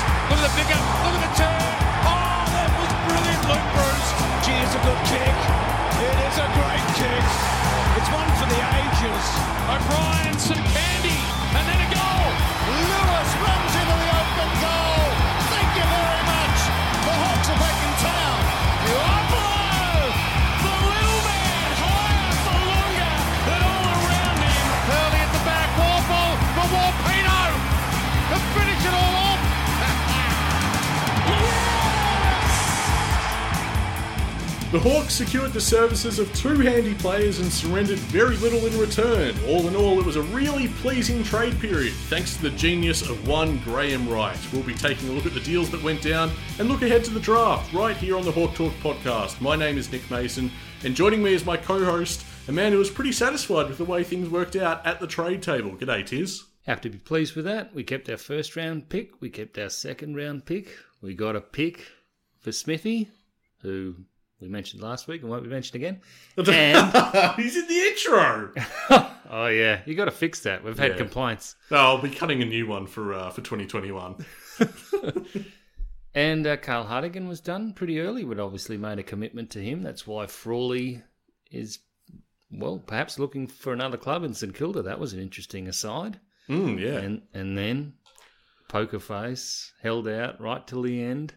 pick up. Look at the turn. Oh, that was brilliant, Luke Bruce. Gee, it's a good kick. It is a great kick. It's one for the ages. O'Brien, some candy, and then a goal. Lewis runs into the open goal. Thank you very much. The Hawks are back in town. Garoppolo, the little man, higher for longer than all around him. Early at the back, Warple for Warpino. To finish it all off. The Hawks secured the services of two handy players and surrendered very little in return. All in all, it was a really pleasing trade period, thanks to the genius of one Graham Wright. We'll be taking a look at the deals that went down and look ahead to the draft right here on the Hawk Talk podcast. My name is Nick Mason, and joining me is my co host, a man who was pretty satisfied with the way things worked out at the trade table. G'day, Tiz. Have to be pleased with that. We kept our first round pick. We kept our second round pick. We got a pick for Smithy, who we mentioned last week and won't be mentioned again. And He's in the intro. oh yeah, you got to fix that. We've had Yeah. complaints. No, I'll be cutting a new one for uh, for 2021. And uh, Carl Hardigan was done pretty early. We'd obviously made a commitment to him. That's why Frawley is well, perhaps looking for another club in St Kilda. That was an interesting aside. Mm, yeah. And and then poker face held out right till the end.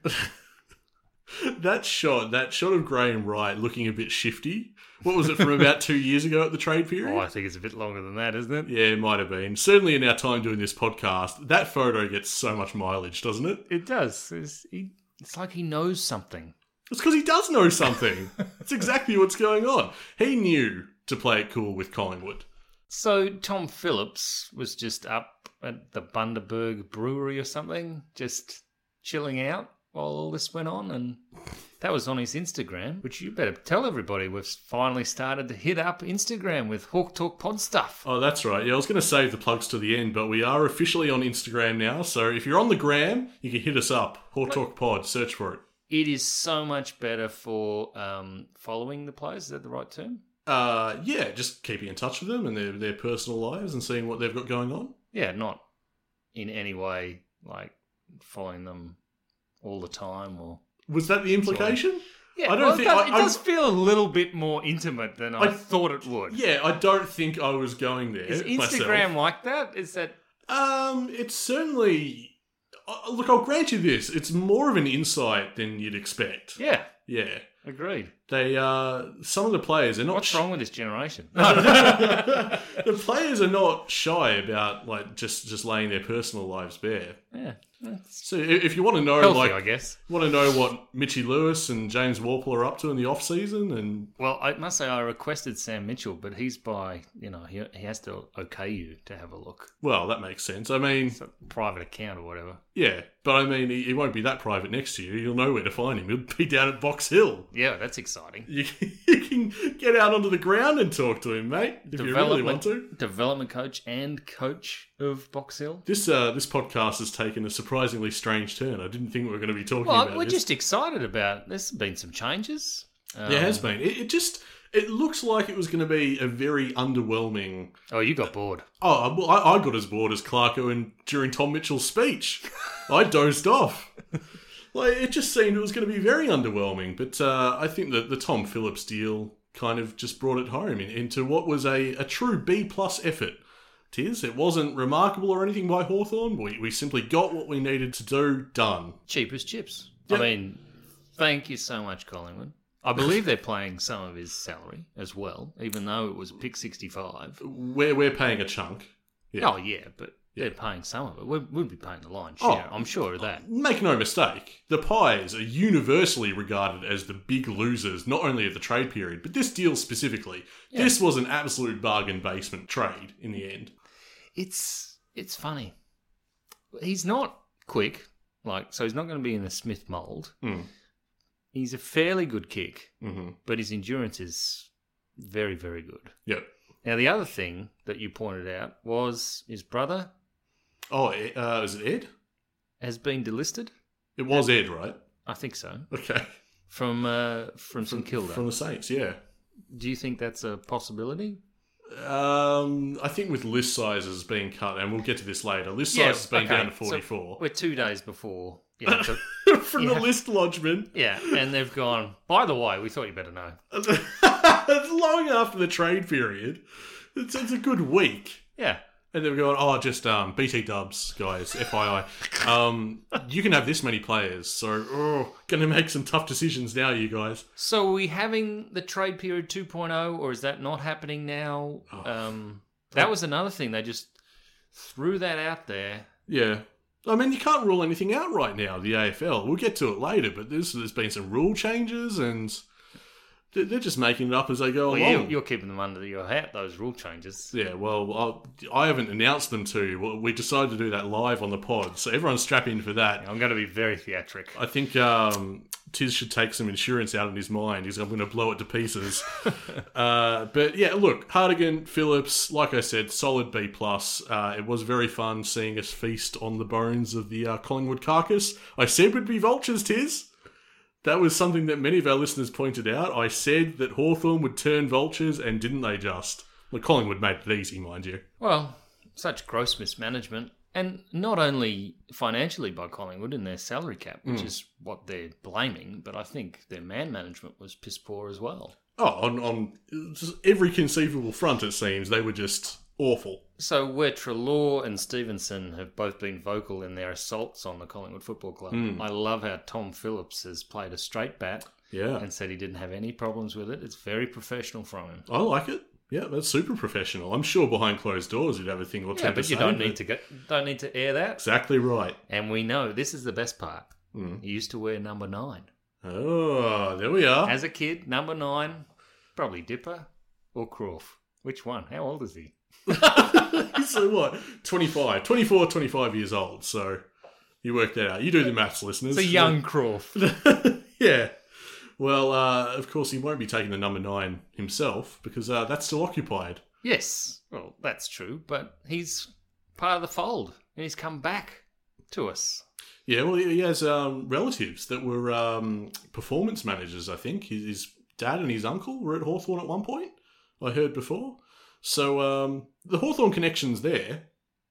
That shot, that shot of Graham Wright looking a bit shifty. What was it from about two years ago at the trade period? Oh, I think it's a bit longer than that, isn't it? Yeah, it might have been. Certainly in our time doing this podcast, that photo gets so much mileage, doesn't it? It does. It's, he, it's like he knows something. It's because he does know something. It's exactly what's going on. He knew to play it cool with Collingwood. So Tom Phillips was just up at the Bundaberg Brewery or something, just chilling out while all this went on, and that was on his Instagram. Which you better tell everybody we've finally started to hit up Instagram with Hawk Talk Pod stuff. Oh, that's right. Yeah, I was going to save the plugs to the end, but we are officially on Instagram now. So if you're on the gram, you can hit us up. Hawk Talk Pod, search for it. It is so much better for um, following the players. Is that the right term? Uh, yeah, just keeping in touch with them and their, their personal lives and seeing what they've got going on. yeah, not in any way like following them all the time or. Was that the implication? Yeah, I don't well, think- it does, I- it I- does feel a little bit more intimate than I, I- thought it would. Uh, Yeah, I don't think I was going there. is Instagram myself. like that? Is that Um, it's certainly. uh, Look, I'll grant you this. It's more of an insight than you'd expect. yeah? Yeah. Agreed. They uh some of the players are not What's sh- wrong with this generation? the players are not shy about like just just laying their personal lives bare. yeah, that's So i- if you want to know healthy, like I guess. want to know what Mitchie Lewis and James Warple are up to in the off season and Well, I must say I requested Sam Mitchell, but he's by you know he he has to okay you to have a look, well that makes sense. I mean, It's a private account or whatever. yeah, but I mean he, he won't be that private next to you. You'll know where to find him. He'll be down at Box Hill. Yeah, that's exciting. You, you can get out onto the ground and talk to him, mate, if you really want to. development coach and coach of Box Hill. This uh, this podcast has taken a surprisingly strange turn. I didn't think we were going to be talking Well, about we're this. just excited about. There's been some changes. Um, There has been. It, it just it looks like it was going to be a very underwhelming. Oh, you got bored. Oh, well, I, I got as bored as Clark Owen during Tom Mitchell's speech. I dozed off. Like it just seemed it was going to be very underwhelming. But uh, I think that the Tom Phillips deal kind of just brought it home in, into what was a, a true B plus effort. Tis it wasn't remarkable or anything by Hawthorn. We we simply got what we needed to do done. Cheap as chips. Yeah. I mean, thank you so much, Collingwood. I believe they're paying some of his salary as well, even though it was pick 65. We're we're paying a chunk. Yeah. Oh, yeah, but they're paying some of it. We- We'll be paying the lion's Oh. share. I'm sure of that. Make no mistake, the Pies are universally regarded as the big losers, not only of the trade period, but this deal specifically. This was an absolute bargain basement trade in the end. It's it's funny. He's not quick, like so. He's not going to be in the Smith mold. Mm. He's a fairly good kick, Mm-hmm. but his endurance is very, very good. Yep. Now, the other thing that you pointed out was his brother Oh, E- uh, is it Ed? has been delisted. It was Ed, right? I think so. Okay. From uh, from St Kilda. From the Saints, yeah. Do you think that's a possibility? Um, I think with list sizes being cut, and we'll get to this later. List Yeah, sizes being okay, down to so forty-four we're two days before. Yeah, so- from yeah. the list lodgement. yeah, and they've gone. By the way, we thought you better know. it's long after the trade period. It's, it's a good week. Yeah, And they're going, oh, just um, BT dubs, guys, FYI. Um, you can have this many players, so oh, going to make some tough decisions now, you guys. So are we having the trade period 2.0 or is that not happening now? Um, that was another thing. They just threw that out there. Yeah. I mean, you can't rule anything out right now, the AFL. We'll get to it later, but there's, there's been some rule changes and they're, they're just making it up as they go Well, along. you, you're keeping them under your hat, those rule changes. Yeah, well, I, I haven't announced them to you. Well, We decided to do that live on the pod, so everyone strap in for that. I'm going to be very theatric. I think um, Tiz should take some insurance out of his mind. He's, I'm going to blow it to pieces. uh, but yeah, look, Hardigan, Phillips, like I said, solid B plus. Uh, it was very fun seeing us feast on the bones of the uh, Collingwood carcass. I said we'd be vultures, Tiz. That was something that many of our listeners pointed out. I said that Hawthorn would turn vultures, and didn't they just? Well, Collingwood made it easy, mind you. Well, such gross mismanagement. And not only financially by Collingwood in their salary cap, which is what they're blaming, but I think their man management was piss poor as well. Oh, on, on just every conceivable front, it seems they were just awful. So where Trelaw and Stevenson have both been vocal in their assaults on the Collingwood Football Club, I love how Tom Phillips has played a straight bat Yeah. and said he didn't have any problems with it. It's very professional from him. I like it. Yeah, that's super professional. I'm sure behind closed doors you'd have a thing or two Yeah, to but you say, don't need to go, don't need to air that. Exactly right. And we know this is the best part. Mm. He used to wear number nine Oh, there we are. as a kid. Number nine, probably Dipper or Croft. Which one? How old is he? so what? 25, 24, 25 years old. So you work that out. You do the maths, listeners. It's a young Croft. yeah. Well, uh, of course, he won't be taking the number nine himself because uh, that's still occupied. Yes, well, that's true, but he's part of the fold and he's come back to us. Yeah, well, he has um, relatives that were um, performance managers, I think. His, his dad and his uncle were at Hawthorn at one point, I heard before. So um, the Hawthorn connection's there.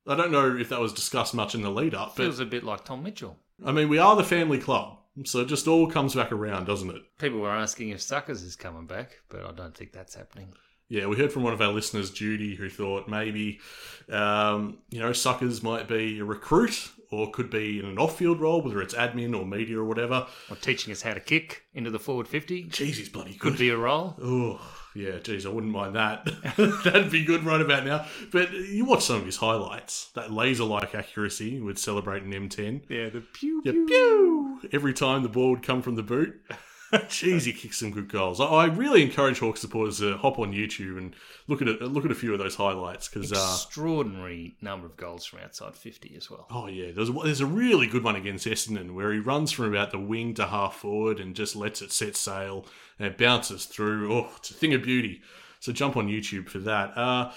I don't know if that was discussed much in the lead up, but Feels a bit like Tom Mitchell. I mean, we are the family club. So it just all comes back around, doesn't it? People were asking if Suckers is coming back, but I don't think that's happening. Yeah, we heard from one of our listeners, Judy, who thought maybe, um, you know, Suckers might be a recruit or could be in an off field role, whether it's admin or media or whatever. Or teaching us how to kick into the forward 50 Jeez, he's bloody good. could be a role. Oh, yeah, geez, I wouldn't mind that. That'd be good right about now. But you watch some of his highlights. That laser like accuracy would celebrate an M10. Yeah, the pew Yeah, pew! Every time the ball would come from the boot. Jeez, he kicks some good goals. I, I really encourage Hawk supporters to hop on YouTube and look at a, look at a few of those highlights because uh, Extraordinary number of goals from outside 50 as well. Oh yeah, there's there's a really good one against Essendon where he runs from about the wing to half forward and just lets it set sail and it bounces through. Oh, it's a thing of beauty. So jump on YouTube for that. Uh,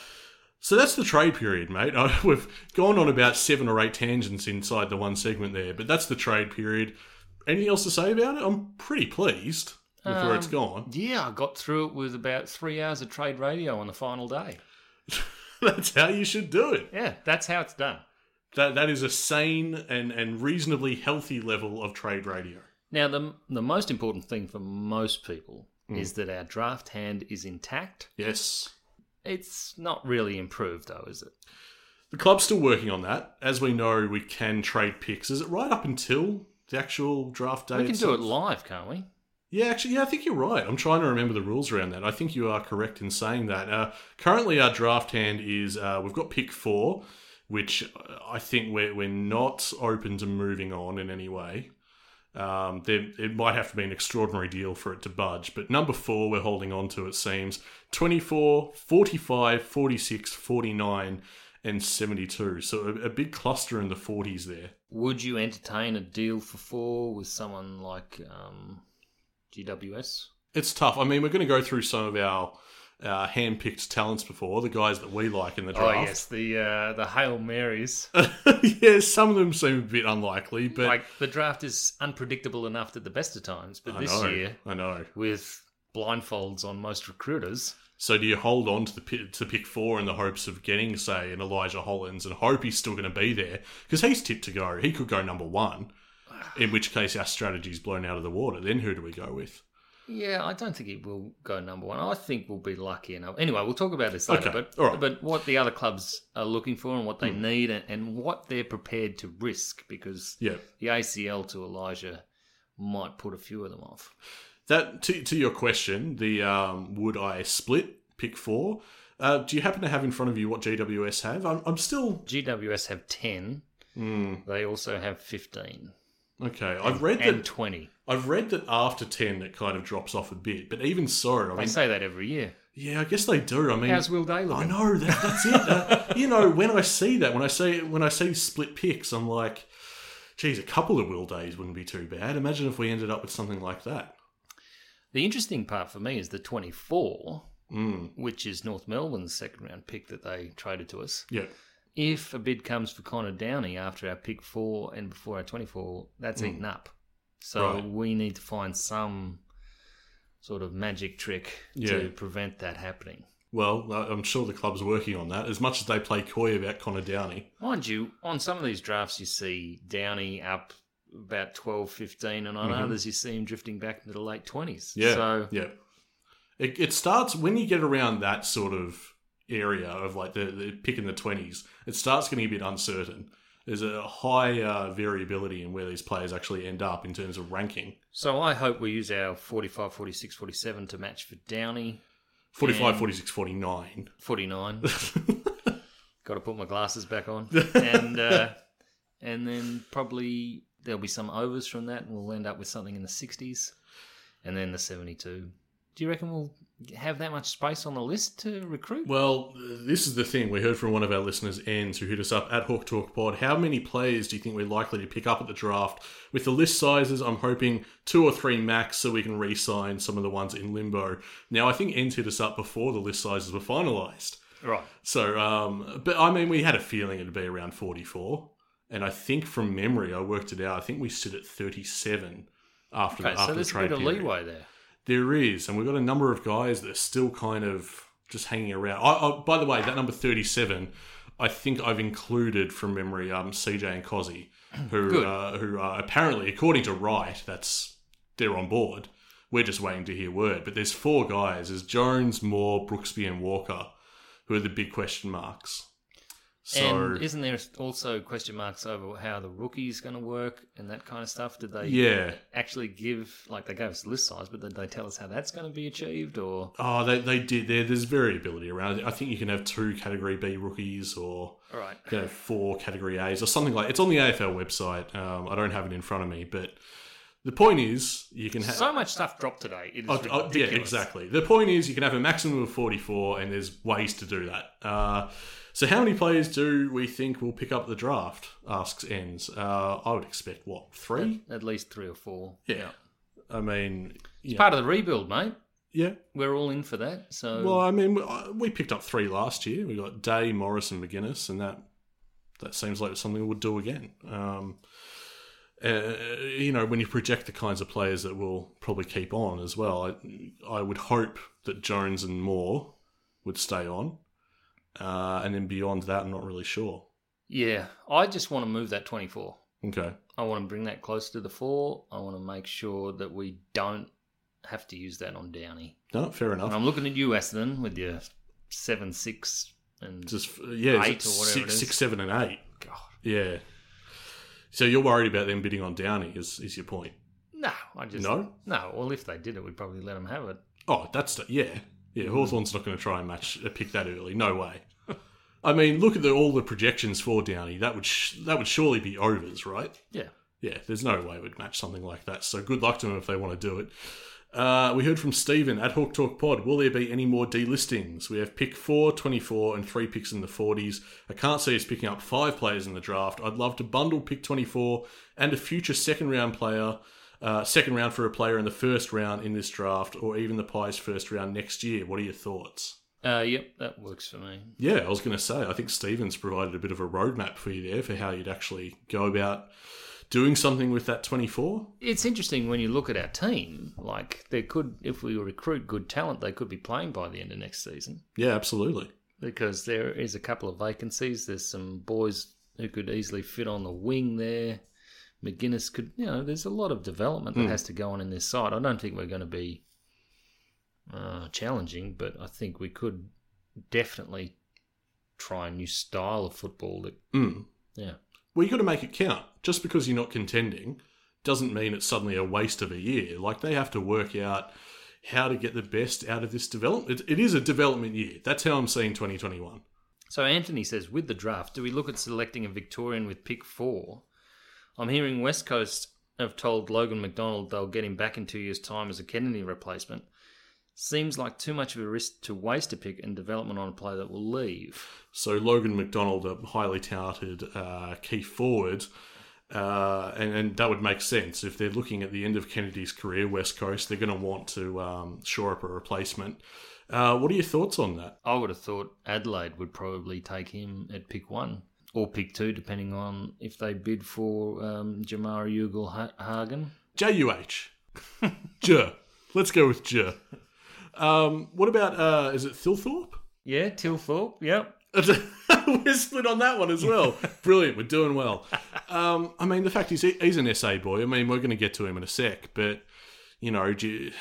so that's the trade period, mate. We've gone on about seven or eight tangents inside the one segment there, but that's the trade period. Anything else to say about it? I'm pretty pleased with where it's gone. Yeah, I got through it with about three hours of trade radio on the final day. That's how you should do it. Yeah, that's how it's done. That that is a sane and and reasonably healthy level of trade radio. Now, the the most important thing for most people is that our draft hand is intact. Yes. It's not really improved, though, is it? The club's still working on that. As we know, we can trade picks. Is it right up until the actual draft day? We can do itself? it live, can't we? Yeah, actually, yeah, I think you're right. I'm trying to remember the rules around that. I think you are correct in saying that. Uh, currently, our draft hand is uh, we've got pick four, which uh, I think we're, we're not open to moving on in any way. Um, there, it might have to be an extraordinary deal for it to budge, but number four, we're holding on to, it seems 24, 45, 46, 49, and 72. So a, a big cluster in the 40s there. Would you entertain a deal for four with someone like um, GWS? It's tough. I mean, we're going to go through some of our uh, hand-picked talents before the guys that we like Oh, in the draft. the uh, the hail marys. yeah, some of them seem a bit unlikely, but like the draft is unpredictable enough at the best of times, but I this know, year I know. with blindfolds on most recruiters, So do you hold on to the pi- to pick four in the hopes of getting, say, an Elijah Hollins and hope he's still going to be there because he's tipped to go. He could go number one, in which case our strategy's blown out of the water. Then who do we go with? Yeah, I don't think it will go number one. I think we'll be lucky enough. Anyway, we'll talk about this later. Okay, But all right. Hmm. but what the other clubs are looking for and what they need and, and what they're prepared to risk because Yeah, the ACL to Elijah might put a few of them off. that to to your question, the um, would I split pick four? Uh, do you happen to have in front of you what GWS have? I'm, I'm still GWS have ten. Hmm. They also have fifteen okay. I've read and that twenty. I've read that after ten it kind of drops off a bit, but even so, I They mean, say that every year. yeah, I guess they do. I mean, How's Will Day I looking? know that, that's it. Uh, you know, when I see that, when I see when I see split picks, I'm like, geez, a couple of will days wouldn't be too bad. Imagine if we ended up with something like that. The interesting part for me is the twenty-four, Mm. which is North Melbourne's second round pick that they traded to us. Yeah, If a bid comes for Connor Downey after our pick four and before our 24, that's eaten up. So Hmm. Right. we need to find some sort of magic trick Yeah. to prevent that happening. Well, I- I'm sure the club's working on that. As much as they play coy about Connor Downey, Mind you, on some of these drafts, you see Downey up about 12, 15, and on Mhm. others, you see him drifting back into the late 20s. yeah, So, yeah, it, it starts when you get around that sort of area of like the, the pick in the twenties. It starts getting a bit uncertain. There's a high uh, variability in where these players actually end up in terms of ranking. so I hope we use our 45, 46, 47 to match for Downey. 45, And- 46, 49. 49. Got to put my glasses back on. And uh, and then probably there'll be some overs from that, and we'll end up with something in the 60s and then the 72. Do you reckon we'll have that much space on the list to recruit? Well, this is the thing. We heard from one of our listeners, Ens, who hit us up at Hawk Talk Pod. How many players do you think we're likely to pick up at the draft? With the list sizes, I'm hoping two or three max so we can re sign some of the ones in limbo. Now, I think Ens hit us up before the list sizes were finalised. right. So, um, but I mean, we had a feeling it'd be around 44. And I think from memory, I worked it out. I think we stood at 37 after the Okay, after so the there's a trade bit of period. leeway there. There is, and we've got a number of guys that are still kind of just hanging around. I, I, by the way, that number thirty-seven, I think I've included from memory, um, CJ and Cozzy, who Good. uh, who are apparently, according to Wright, that's they're on board. We're just waiting to hear word. But there's four guys: there's Jones, Moore, Brooksby, and Walker, who are the big question marks. So and isn't there also question marks over how the rookie's going to work and that kind of stuff? Did they yeah, actually give, like, they gave us list size, but did they tell us how that's going to be achieved? Or, oh, they they did. There, there's variability around. it. I think you can have two Category B rookies or. all right. you know, four category A's or something like. It's on the AFL website. Um, I don't have it in front of me, but the point is you can have. So much stuff dropped today. It is Oh, oh, yeah, ridiculous. exactly. The point is, you can have a maximum of 44, and there's ways to do that. Uh, so, how many players do we think will pick up the draft? Asks Ends. Uh, I would expect, what, three? At least three or four. Yeah. I mean, yeah. Part of the rebuild, mate. yeah. We're all in for that. So Well, I mean, we- I- we picked up three last year. We got Day, Morris, and McGuinness, and that that seems like something we would do again. Um, uh, you know, when you project the kinds of players that we'll probably keep on as well, I, I would hope that Jones and Moore would stay on, uh, and then beyond that, I'm not really sure. yeah, I just want to move that 24. Okay, I want to bring that close to the four. I want to make sure that we don't have to use that on Downey. no, fair And enough. I'm looking at you, Aston, with your seven, six, and Just yeah, Eight is it or whatever six, it is. six, seven, and eight. God. Yeah. So you're worried about them bidding on Downey? Is is your point? No, I just No? no. Well, if they did it, we'd probably let them have it. Oh, that's yeah, yeah. Hawthorn's not going to try and match uh, pick that early. No way. I mean, look at the, all the projections for Downey. That would sh- that would surely be overs, right? Yeah. Yeah, there's no way it would match something like that. So good luck to them if they want to do it. Uh, we heard from Stephen at Hawk Talk Pod. Will there be any more delistings? We have pick 4, 24, and three picks in the 40s. I can't see us picking up five players in the draft. I'd love to bundle pick 24 and a future second round player, uh, second round for a player in the first round in this draft, or even the Pies first round next year. What are your thoughts? Uh, yep, that works for me. Yeah, I was going to say, I think Stephen's provided a bit of a roadmap for you there for how you'd actually go about doing something with that 24. It's interesting when you look at our team. Like, there could, if we recruit good talent, they could be playing by the end of next season Yeah, absolutely. because there is a couple of vacancies. There's some boys who could easily fit on the wing there. McGuinness could, you know, there's a lot of development that has to go on in this side. I don't think we're going to be uh, challenging, but I think we could definitely try a new style of football. That, Mm. yeah. Well, you got to make it count. Just because you're not contending doesn't mean it's suddenly a waste of a year. Like they have to work out how to get the best out of this development. It, it is a development year. That's how I'm seeing 2021. So Anthony says, with the draft, do we look at selecting a Victorian with pick four? I'm hearing West Coast have told Logan McDonald they'll get him back in two years' time as a Kennedy replacement. Seems like too much of a risk to waste a pick and development on a player that will leave. So Logan McDonald, a highly touted uh, key forward, uh, and, and that would make sense if they're looking at the end of Kennedy's career, West Coast. They're going to want to um, shore up a replacement. Uh, what are your thoughts on that? I would have thought Adelaide would probably take him at pick one or pick two, depending on if they bid for um, Jamara Ugal Ha- Hagen. J-U-H. J. Let's go with J. Um, what about, uh, is it Thilthorpe? Yeah, Tilthorpe. Yep. We're split on that one as well. Brilliant. We're doing well. Um, I mean, the fact is, he- he's an SA boy. I mean, we're going to get to him in a sec, but, you know, do, you-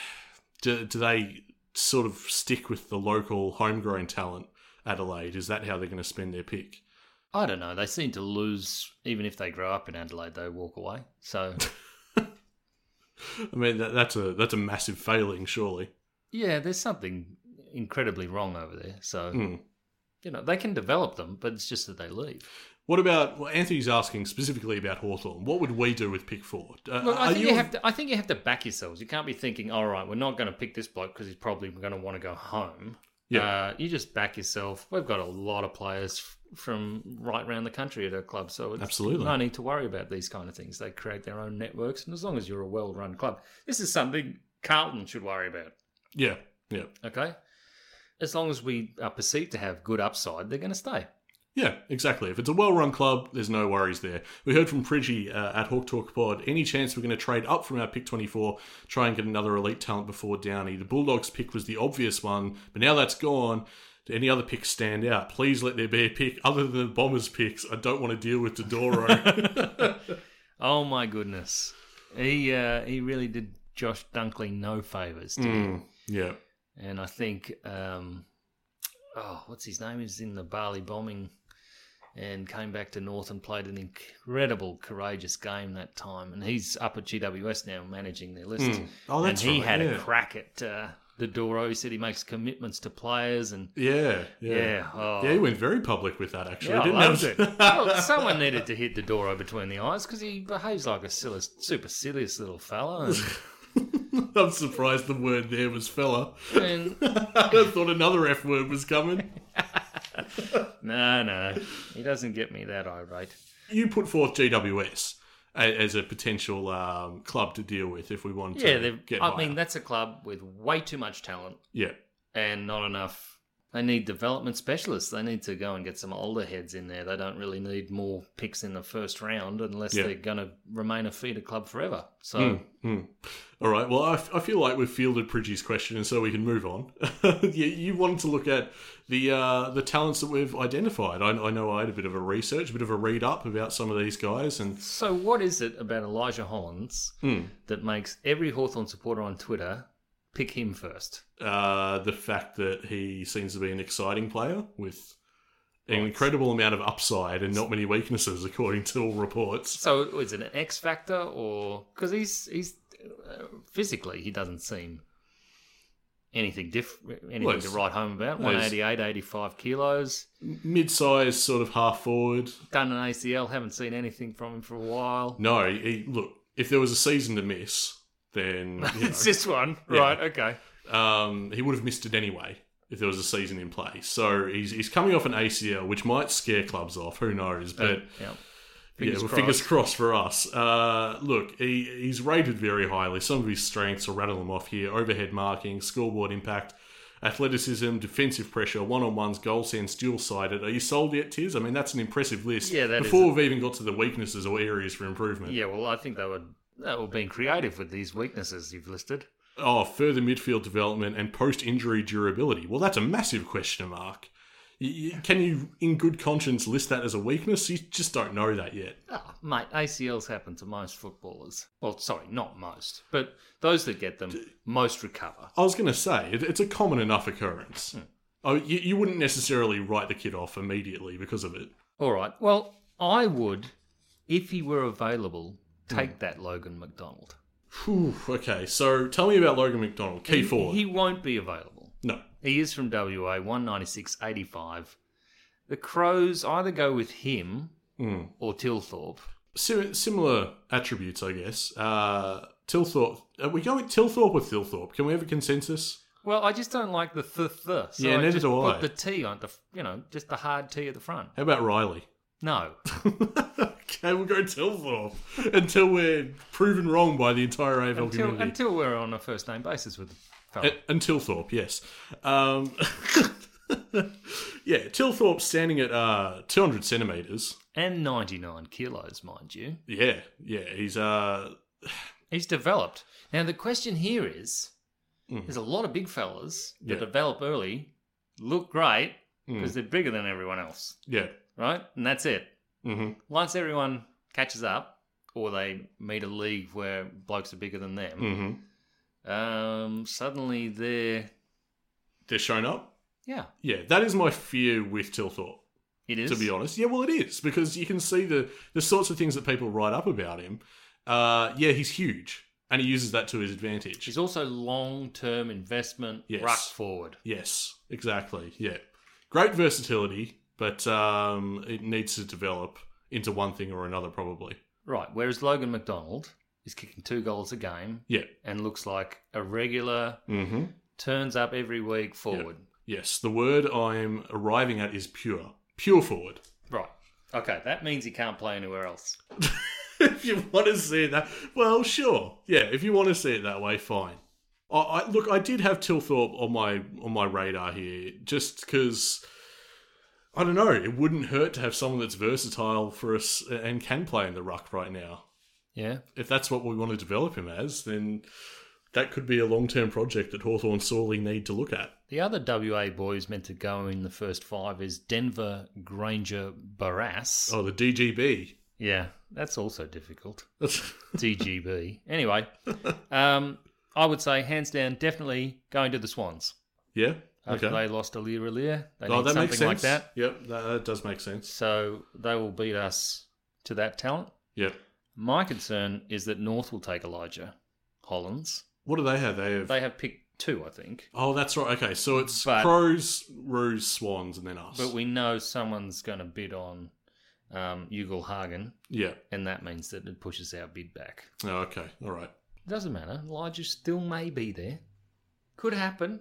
do, do they sort of stick with the local homegrown talent, Adelaide? Is that how they're going to spend their pick? I don't know. They seem to lose, even if they grow up in Adelaide, they walk away. So, I mean, that, that's a that's a massive failing, surely. yeah, there's something incredibly wrong over there. So, Hmm. you know, they can develop them, but it's just that they leave. What about, well, Anthony's asking specifically about Hawthorn. What would we do with pick four? Uh, Look, I are think you, on- have to. I think you have to back yourselves. You can't be thinking, "All right, we're not going to pick this bloke because he's probably going to want to go home." Yeah. Uh, you just back yourself. We've got a lot of players f- from right around the country at our club, so it's Absolutely. no need to worry about these kind of things. They create their own networks, and as long as you're a well-run club, this is something Carlton should worry about. Yeah, yeah, Okay, as long as we are perceived to have good upside, they're going to stay. yeah, exactly. If it's a well run club, there's no worries there. We heard from Pridgy uh, at Hawk Talk Pod any chance we're going to trade up from our pick 24, try and get another elite talent before Downey? The Bulldogs pick was the obvious one, but now that's gone. Do any other picks stand out? Please let there be a pick other than the Bombers picks. I don't want to deal with Dodoro. Oh my goodness, he uh, he really did Josh Dunkley no favors. Didn't he? Mm. Hmm, yeah. and I think um, oh, what's his name is in the Bali bombing, and came back to North and played an incredible, courageous game that time. And he's up at GWS now, managing their list. Oh, that's and he right, had yeah. a crack at uh, the Doro. He said he makes commitments to players, and Yeah, yeah. yeah, oh. Yeah, he went very public with that, actually, Yeah, I didn't loved he? it. Look, someone needed to hit the Doro between the eyes because he behaves like a silly, supercilious little fella. And, I'm surprised the word there was fella. and I thought another F word was coming. no, no, he doesn't get me that irate. you put forth GWS a- as a potential um, club to deal with if we wanted Yeah, to they've- get I higher. mean that's a club with way too much talent yeah and not enough. They need development specialists. They need to go and get some older heads in there. They don't really need more picks in the first round unless Yeah. Hmm. they're going to remain a feeder club forever. So all right well I, f- I feel like we've fielded Pridge's question and so we can move on you, you wanted to look at the uh, the talents that we've identified I, I know I had a bit of a research a bit of a read up about some of these guys and So, what is it about Elijah Hollins Hmm. that makes every Hawthorn supporter on Twitter pick him first? uh, the fact that he seems to be an exciting player with an incredible amount of upside and not many weaknesses according to all reports So, is it an X factor or because he's he's uh, physically he doesn't seem anything different, anything to he's- write home about. no, he's- 188, 85 kilos. mid-sized sort of half forward Done an ACL. Haven't seen anything from him for a while. No, he, look, if there was a season to miss, then you It's this one, Yeah. right? Okay. know, um, he would have missed it anyway if there was a season in play. So he's, he's coming off an ACL, which might scare clubs off. Who knows? But yeah. yeah, Fingers well, crossed. fingers crossed for us. Uh, look, he, he's rated very highly. Some of his strengths, I'll rattle them off here overhead marking, scoreboard impact, athleticism, defensive pressure, one on ones, goal send, steel sided. Are you sold yet, Tiz? I mean, that's an impressive list. Yeah, that is Before a- we've even got to the weaknesses or areas for improvement. Yeah, well, I think they were they were being creative with these weaknesses you've listed. Oh, further midfield development and post injury durability. Well, that's a massive question mark. Y- y- Can you, in good conscience, list that as a weakness? You just don't know that yet. Ah, mate, ACLs happen to most footballers. Well, sorry, not most, but those that get them, most recover. I was going to say, it, it's a common enough occurrence. Oh, you, you wouldn't necessarily write the kid off immediately because of it. All right. Well, I would, if he were available, Hmm. take that Logan McDonald. Whew, okay, so tell me about Logan McDonald, key forward. He won't be available. no. He is from WA, 196.85. The Crows either go with him Hmm. or Tilthorpe. Si- similar attributes, I guess. Uh, Tilthorpe. Are we going with Tilthorpe or Tilthorpe? Can we have a consensus? Well, I just don't like the th th. So Yeah, I neither just do put I. the T on the, f- you know, just the hard T at the front. How about Riley? No. okay, we'll go Tilthorpe until we're proven wrong by the entire AFL until, community. until we're on a first name basis with the fella. Uh, and Tilthorpe, yes. Um, yeah, Tilthorpe standing at uh, 200 centimetres. and 99 kilos, mind you. Yeah, yeah, he's uh, He's developed. Now, the question here is there's a lot of big fellas that Mm. Yeah. Mm. develop early, look great, because they're bigger than everyone else, yeah, right? And that's it. hmm Once everyone catches up, or they meet a league where blokes are bigger than them, hmm um, suddenly they're. they're shown up. Yeah, Yeah, that is my fear with Tilthorpe. it is. to be honest. Yeah, well, it is because you can see the the sorts of things that people write up about him. Uh, yeah, he's huge, and he uses that to his advantage. It's also long term investment, Yes. ruck forward. yes, exactly. Yeah, great versatility, but um, it needs to develop into one thing or another, probably. Right, whereas Logan McDonald is kicking two goals a game Yeah. and looks like a regular, Mm-hmm. turns up every week forward. Yes, the word I'm arriving at is pure, pure forward. Right. Okay, that means he can't play anywhere else. if you want to see it that, well, sure, yeah. If you want to see it that way, fine. I, I look, I did have Tilthorpe on my on my radar here, just because I don't know. It wouldn't hurt to have someone that's versatile for us and can play in the ruck right now. Yeah. If that's what we want to develop him as, then that could be a long term project that Hawthorn sorely need to look at. The other WA boy who's meant to go in the first five is Denver Granger Barras. Oh, the DGB. Yeah, that's also difficult. That's DGB. anyway, um, I would say hands down, definitely going to the Swans. yeah. After Okay. they lost a Lear they oh, need that something makes sense. like that. Yep, that, that does make sense. So they will beat us to that talent. Yep. My concern is that North will take Elijah Hollins. What do they have? They have They have picked two, I think. Oh, that's right. Okay, so it's But- crows, roos, swans, and then us. But we know someone's going to bid on um, Ugal Hagen, yeah. and that means that it pushes our bid back. Oh, okay. All right. It doesn't matter. Elijah still may be there. Could happen.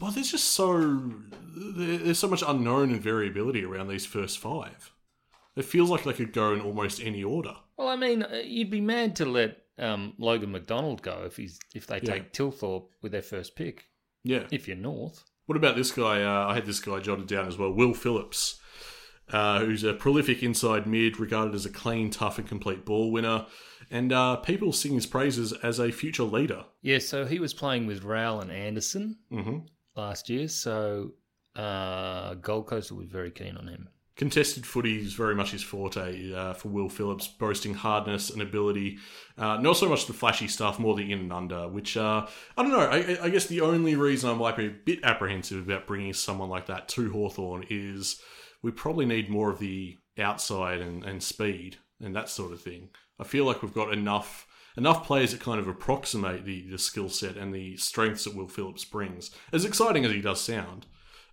Well, there's just so there- there's so much unknown and variability around these first five. It feels like they could go in almost any order. Well, I mean, uh, you'd be mad to let um, Logan McDonald go if he's if they Yeah. take Tilthorpe with their first pick. Yeah. If you're North, What about this guy? Uh, I had this guy jotted down as well. Will Phillips, uh, who's a prolific inside mid, regarded as a clean, tough, and complete ball winner, and uh, people sing his praises as a future leader. yeah. So he was playing with Rowell and Anderson hmm last year. So uh, Gold Coast will be very keen on him. Contested footy is very much his forte uh, for Will Phillips, boasting hardness and ability. Uh, not so much the flashy stuff, more the in and under, which uh, I don't know. I, I- I guess the only reason I might be a bit apprehensive about bringing someone like that to Hawthorn is we probably need more of the outside and, and speed and that sort of thing. I feel like we've got enough enough players that kind of approximate the, the skill set and the strengths that Will Phillips brings. As exciting as he does sound,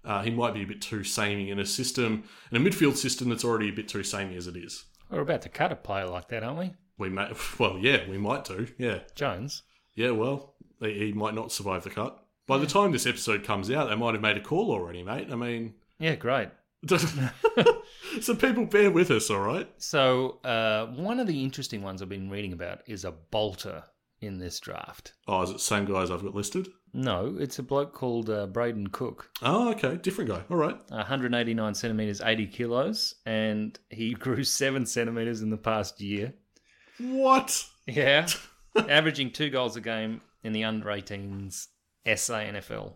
uh, he might be a bit too samey in a system, in a midfield system that's already a bit too samey as it is. We're about to cut a player like that, aren't we, We may, well, yeah, we might do. Yeah, Jones? yeah. Well, he, he might not survive the cut. By the time this episode comes out, they might have made a call already, mate. I mean, Yeah, great. so people bear with us, all right? So, uh, one of the interesting ones I've been reading about is a bolter in this draft. Oh, is it the same guys I've got listed? No, it's a bloke called uh, Braden Cook. Oh, okay, different guy. All right. 189 centimeters, 80 kilos, and he grew seven centimeters in the past year. What? Yeah, averaging two goals a game in the under 18s SA NFL.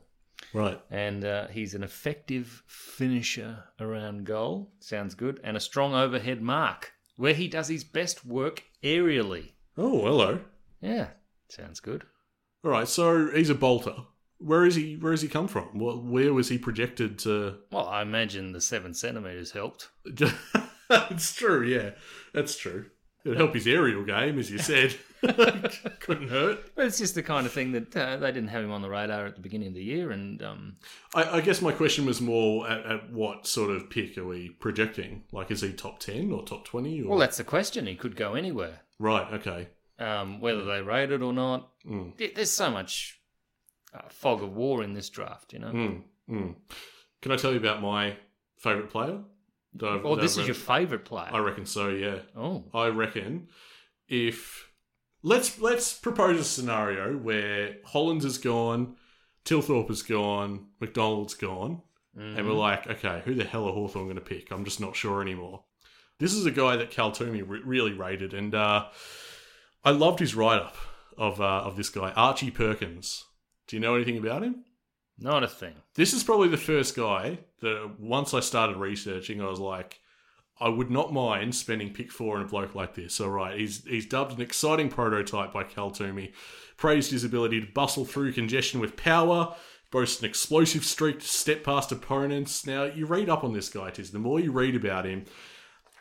Right. And uh, he's an effective finisher around goal. Sounds good. And a strong overhead mark where he does his best work aerially. Oh, hello. Yeah, sounds good. All right. So he's a bolter. Where is he? Where has he come from? Well, where was he projected to? Well, I imagine the seven centimeters helped. it's true. Yeah, that's true. It'd help his aerial game, as you said. Couldn't hurt. But it's just the kind of thing that uh, they didn't have him on the radar at the beginning of the year, and um, I, I guess my question was more at, at what sort of pick are we projecting? Like, is he top ten or top twenty? Or well, that's the question. He could go anywhere, right. Okay. um, whether they rate it or not. Mm. There- There's so much uh, fog of war in this draft, you know. Mm, mm. Can I tell you about my favourite player? That I've- Or that Oh, this I've is your read? favourite player. I reckon so. Yeah, oh, I reckon if let's let's propose a scenario where Holland is gone, Tilthorpe is gone, McDonald's gone, and we're like, okay, who the hell are Hawthorn going to pick? I'm just not sure anymore. This is a guy that Cal Toomey re- really rated, and uh, I loved his write up of uh, of this guy Archie Perkins. Do you know anything about him? not a thing. This is probably the first guy that once I started researching, I was like, I would not mind spending pick four on a bloke like this. All right, he's he's dubbed an exciting prototype by Cal Toomey, praised his ability to bustle through congestion with power, boasts an explosive streak to step past opponents. Now you read up on this guy, Tiz. The more you read about him,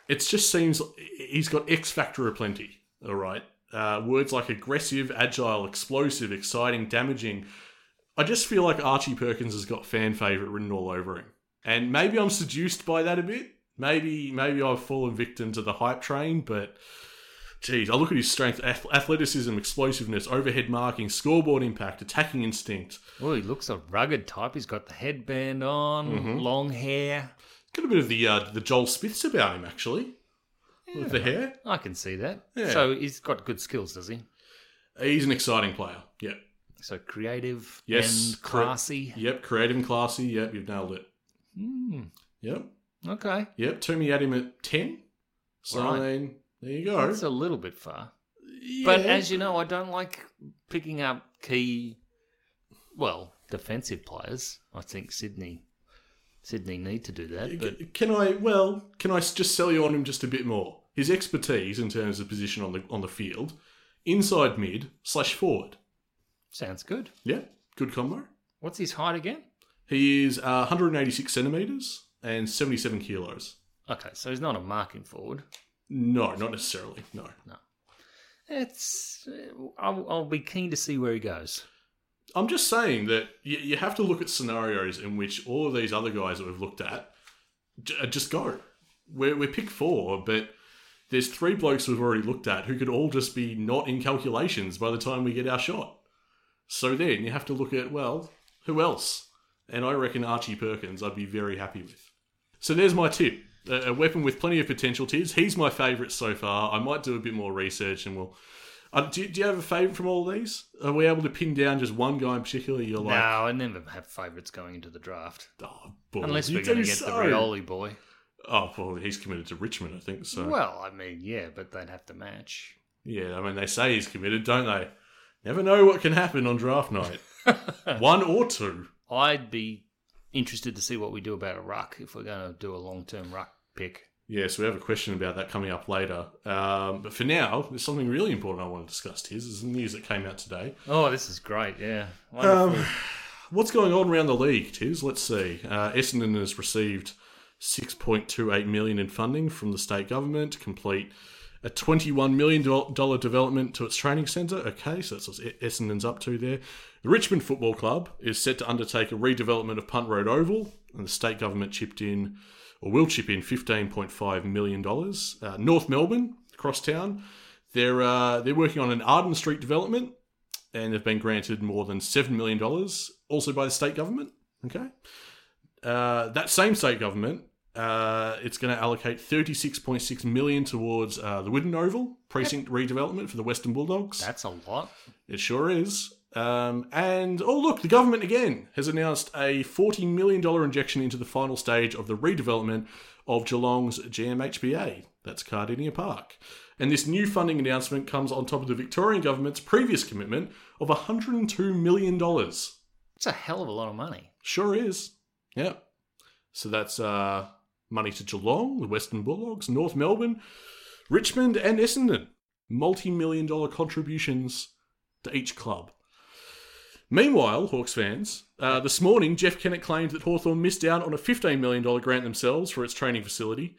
it just seems he's got X factor aplenty. All right, uh, words like aggressive, agile, explosive, exciting, damaging. I just feel like Archie Perkins has got fan favorite written all over him, and maybe I'm seduced by that a bit. Maybe maybe I've fallen victim to the hype train, but geez, I look at his strength, ath- athleticism, explosiveness, overhead marking, scoreboard impact, attacking instinct. Well, he looks a rugged type. He's got the headband on, Mm-hmm. long hair. Got a bit of the uh, the Joel Smiths about him actually, with the hair. I can see that. Yeah. So he's got good skills, does he? He's an exciting player. Yep, So creative Yes, and classy. yep, creative and classy. Yep, you've nailed it. Mm, Yep, okay, yep. Toomey had him at ten, so I Right. mean, there you go. that's a little bit far. But Yeah. as you know, I don't like picking up key, well, defensive players. I think Sydney, Sydney need to do that. But Can I? Well, can I s- just sell you on him just a bit more? His expertise in terms of position on the on the field, inside mid slash forward. sounds good. Yeah, good combo. What's his height again? He is uh, 186 centimeters and 77 kilos. Okay, so he's not a marking forward. No, not necessarily. No, It's. uh, I'll, I'll be keen to see where he goes. I'm just saying that you, you have to look at scenarios in which all of these other guys that we've looked at j- uh, just go. We're, we're pick four, but there's three blokes we've already looked at who could all just be not in calculations by the time we get our shot. So then you have to look at, well, who else? And I reckon Archie Perkins I'd be very happy with. So there's my tip. A a weapon with plenty of potential, Tiz. He's my favourite so far. I might do a bit more research and we'll. Uh, do, do you have a favourite from all these? Are we able to pin down just one guy in particular you're No, like, I never have favourites going into the draft oh, boy, unless you we're going to do get the so." Rioli boy. Oh, well, he's committed to Richmond, I think. So Well, I mean, yeah, but they'd have to match. yeah, I mean, they say he's committed, don't they? Never know what can happen on draft night. One or two. I'd be interested to see what we do about a ruck if we're going to do a long-term ruck pick. Yes, we have a question about that coming up later. Um, but for now, there's something really important I want to discuss. Tiz is the news that came out today. Oh, this is great. Yeah. Wonderful. Um, what's going on around the league, Tiz? Let's see. Uh, Essendon has received 6.28 million in funding from the state government to complete a 21 million dollar development to its training centre. Okay, so that's what E-, Essendon's up to there. The Richmond Football Club is set to undertake a redevelopment of Punt Road Oval, and the state government chipped in or will chip in 15.5 million dollars. Uh, North Melbourne, crosstown, they're uh, they're working on an Arden Street development and they've been granted more than seven million dollars, also by the state government. Okay, uh, that same state government Uh, it's going to allocate 36.6 million towards uh, the Wooden Oval precinct redevelopment for the Western Bulldogs. That's a lot. It sure is. Um, and oh look, the government again has announced a forty million dollar injection into the final stage of the redevelopment of Geelong's GMHBA. That's Cardinia Park. And this new funding announcement comes on top of the Victorian government's previous commitment of $102 million. It's a hell of a lot of money. Sure is. Yeah. So that's uh, money to Geelong, the Western Bulldogs, North Melbourne, Richmond, and Essendon. Multi million dollar contributions to each club. Meanwhile, Hawks fans, uh, this morning Jeff Kennett claimed that Hawthorn missed out on a $15 million grant themselves for its training facility,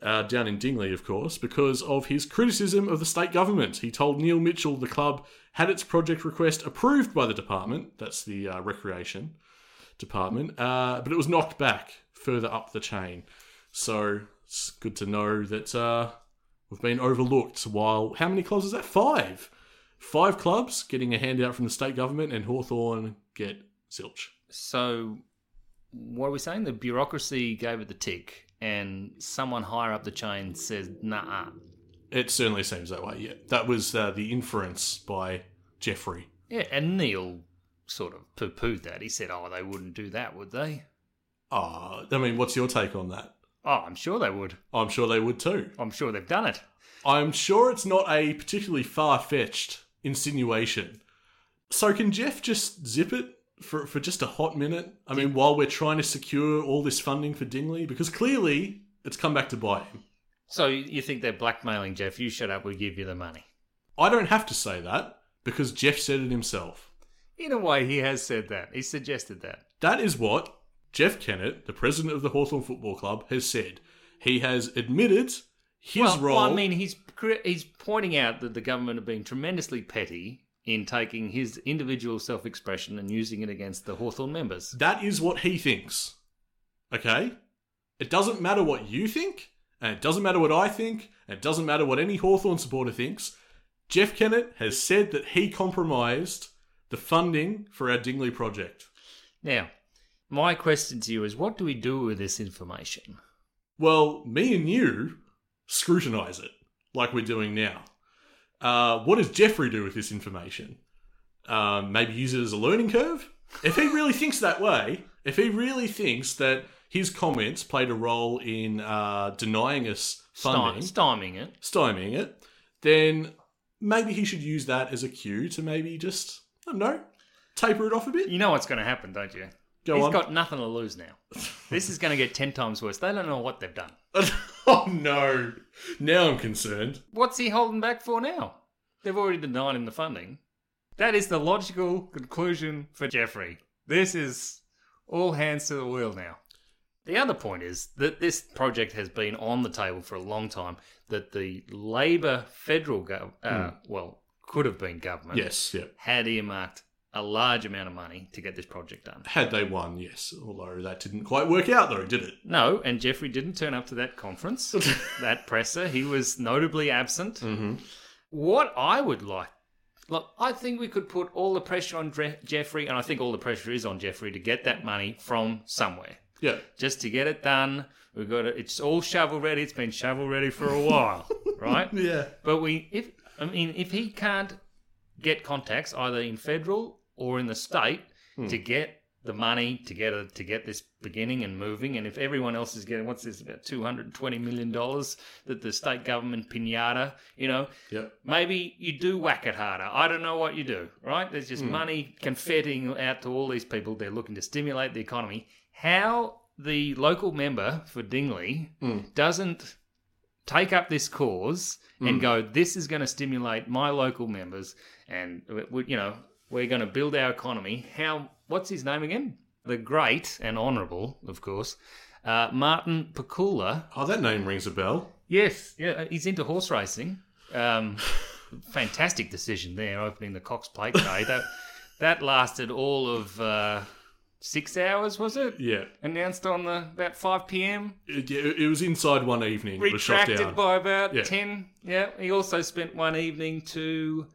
uh, down in Dingley, of course, because of his criticism of the state government. He told Neil Mitchell the club had its project request approved by the department, that's the uh, recreation department, uh, but it was knocked back further up the chain. So it's good to know that uh, we've been overlooked. While how many clubs is that? Five. Five clubs getting a handout from the state government, and Hawthorn get zilch. So, what are we saying? The bureaucracy gave it the tick, and someone higher up the chain says, nah. It certainly seems that way. Yeah, that was uh, the inference by Jeffrey. Yeah, and Neil sort of poo pooed that. He said, oh, they wouldn't do that, would they? Ah, I mean, what's your take on that? Oh, I'm sure they would. I'm sure they would too. I'm sure they've done it. I'm sure it's not a particularly far fetched insinuation. So can Jeff just zip it for for just a hot minute? I mean, while we're trying to secure all this funding for Dingley, because clearly it's come back to bite him. So, you- you think they're blackmailing Jeff? You shut up, we give you the money. I don't have to say that because Jeff said it himself. In a way, he has said that. He suggested that. That is what Jeff Kennett, the president of the Hawthorn Football Club, has said. He has admitted his well, role. well, I mean, he's cri- he's pointing out that the government have been tremendously petty in taking his individual self-expression and using it against the Hawthorn members. That is what he thinks. Okay? It doesn't matter what you think, and it doesn't matter what I think, and it doesn't matter what any Hawthorn supporter thinks. Jeff Kennett has said that he compromised the funding for our Dingley project. Now, my question to you is, what do we do with this information? Well, me and you scrutinize it like we're doing now. Uh, what does Jeffrey do with this information? Um, maybe use it as a learning curve? If he really thinks that way, if he really thinks that his comments played a role in uh, denying us funding, Styming it. stymieing it, then maybe he should use that as a cue to maybe just, I don't know, taper it off a bit. You know what's going to happen, don't you? Go He's on. got nothing to lose now. this is going to get ten times worse. They don't know what they've done. oh no. Now I'm concerned. What's he holding back for now? They've already denied him the funding. That is the logical conclusion for Jeffrey. This is all hands to the wheel now. The other point is that this project has been on the table for a long time, that the Labor federal gov- uh, well, could have been government, Yes, yeah. had earmarked a large amount of money to get this project done. Had they won, yes. Although that didn't quite work out though, did it? No, and Jeffrey didn't turn up to that conference, that presser. He was notably absent. Mm-hmm. What I would like, look, I think we could put all the pressure on Dre- Jeffrey, and I think all the pressure is on Jeffrey to get that money from somewhere, Yeah. just to get it done. We've got it. It's all shovel ready. It's been shovel ready for a while, right? Yeah. But we, if I mean, if he can't get contacts either in federal or in the state to get the money to get a, to get this beginning and moving, and if everyone else is getting what's this about two hundred twenty million dollars that the state government pinata, you know, Yeah. maybe you do whack it harder. I don't know what you do, right? There's just money confetting out to all these people. They're looking to stimulate the economy. How the local member for Dingley doesn't take up this cause and go, this is going to stimulate my local members, and we- we, you know we're going to build our economy. How? What's his name again? The great and honourable, of course, uh, Martin Pakula. Oh, that name rings a bell. Yes, yeah, uh, he's into horse racing. Um, fantastic decision there, opening the Cox Plate Day. That that lasted all of uh, six hours, was it? Yeah. Announced on the about five p.m. It, it- it was inside one evening. It was shot Retracted down. by about Yeah. ten. Yeah, he also spent one evening to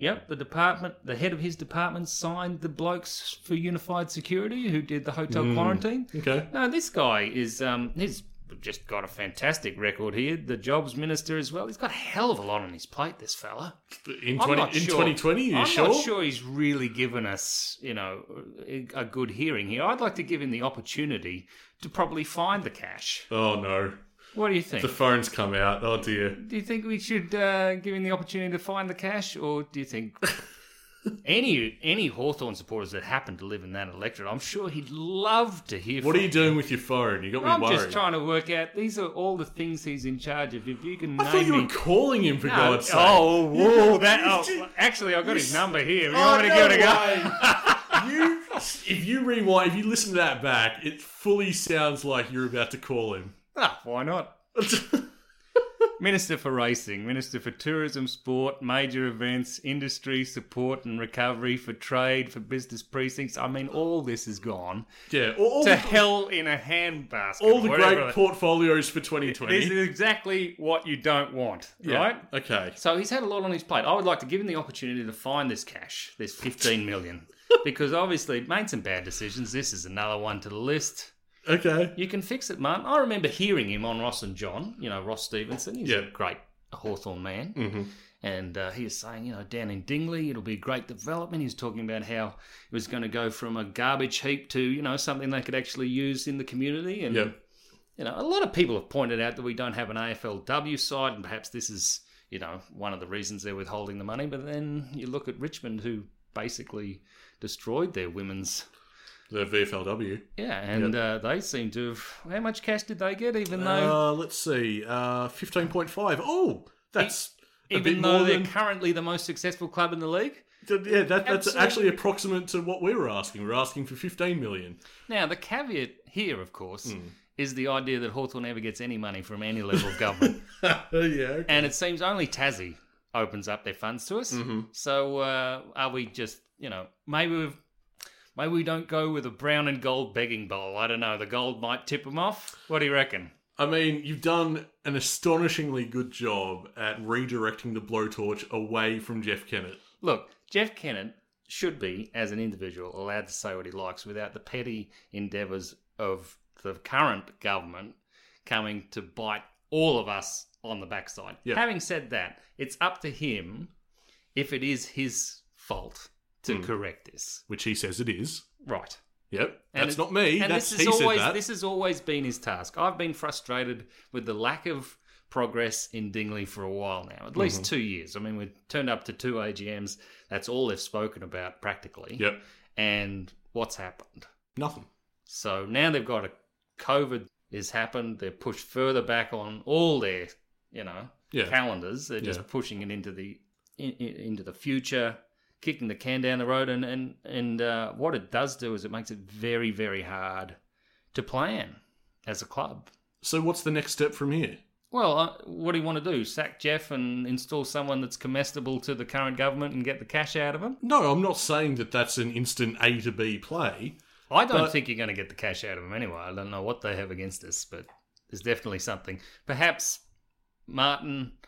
Yep, the department, the head of his department signed the blokes for unified security who did the hotel Mm. quarantine. Okay. No, this guy is um, he's just got a fantastic record here. The jobs minister as well. He's got a hell of a lot on his plate. This fella. In, I'm 20, in not sure. 2020, you I'm sure? not sure he's really given us, you know, a- a good hearing here. I'd like to give him the opportunity to probably find the cash. Oh, no. What do you think? The phone's come out. Oh, dear. do you think we should uh, give him the opportunity to find the cash, or do you think any any Hawthorn supporters that happen to live in that electorate, I'm sure he'd love to hear. What from are you doing with your phone? You got me I'm worried. just trying to work out. These are all the things he's in charge of. If you can I name thought you me. were calling him, for No, God's sake. oh, whoa, You- that. you Oh, did- well, actually, I've got his s- number here. If you Oh, want me to give it a go? no way. you, if you rewind, if you listen to that back, it fully sounds like you're about to call him. Ah, why not? Minister for Racing, Minister for Tourism, Sport, Major Events, Industry, Support and Recovery, for Trade, for Business Precincts. I mean, all this is gone yeah, all, all to the, hell in a handbasket. all the whatever. great portfolios for This 2020. is exactly what you don't want, Yeah, right? Okay. So he's had a lot on his plate. I would like to give him the opportunity to find this cash, this 15 million, because obviously it made some bad decisions. This is another one to the list. Okay. You can fix it, Martin. I remember hearing him on Ross and John, you know, Ross Stevenson. He's Yeah. Mm-hmm. a great Hawthorn man. And uh, he was saying, you know, down in Dingley, it'll be a great development. He was talking about how it was going to go from a garbage heap to, you know, something they could actually use in the community. And, Yeah. you know, a lot of people have pointed out that we don't have an AFLW side, and perhaps this is, you know, one of the reasons they're withholding the money. But then you look at Richmond, who basically destroyed their women's The VFLW. yeah, and uh, they seem to have. How much cash did they get? Even though, Uh, let's see. Uh, 15.5. Oh, that's a even bit though more they're than. currently the most successful club in the league. yeah, that, that's Absolutely. actually approximate to what we were asking. We were asking for 15 million. Now, the caveat here, of course, Hmm. is the idea that Hawthorn never gets any money from any level of government, yeah. okay. and it seems only Tassie opens up their funds to us. So, uh, are we just, you know, maybe we've. Maybe we don't go with a brown and gold begging bowl. I don't know. The gold might tip them off. What do you reckon? I mean, you've done an astonishingly good job at redirecting the blowtorch away from Jeff Kennett. Look, Jeff Kennett should be, as an individual, allowed to say what he likes without the petty endeavours of the current government coming to bite all of us on the backside. Yeah. Having said that, it's up to him if it is his fault to correct this. which he says it is. Right. Yep, And that's it- not me. And That's this has he always said that. this has always been his task. I've been frustrated with the lack of progress in Dingley for a while now, at least Mm-hmm. two years. I mean, we've turned up to two AGMs. That's all they've spoken about practically. Yep, And what's happened? nothing. So now they've got a COVID has happened. They're pushed further back on all their you know Yeah. calendars. They're just Yeah. pushing it into the in, in- into the future, kicking the can down the road. And and and uh, what it does do is it makes it very very hard to plan as a club. So what's the next step from here? Well, uh, what do you want to do? Sack Jeff and install someone that's comestible to the current government and get the cash out of them? No, I'm not saying that that's an instant A to B play. I don't But- think you're going to get the cash out of them anyway. I don't know what they have against us, but there's definitely something. Perhaps Martin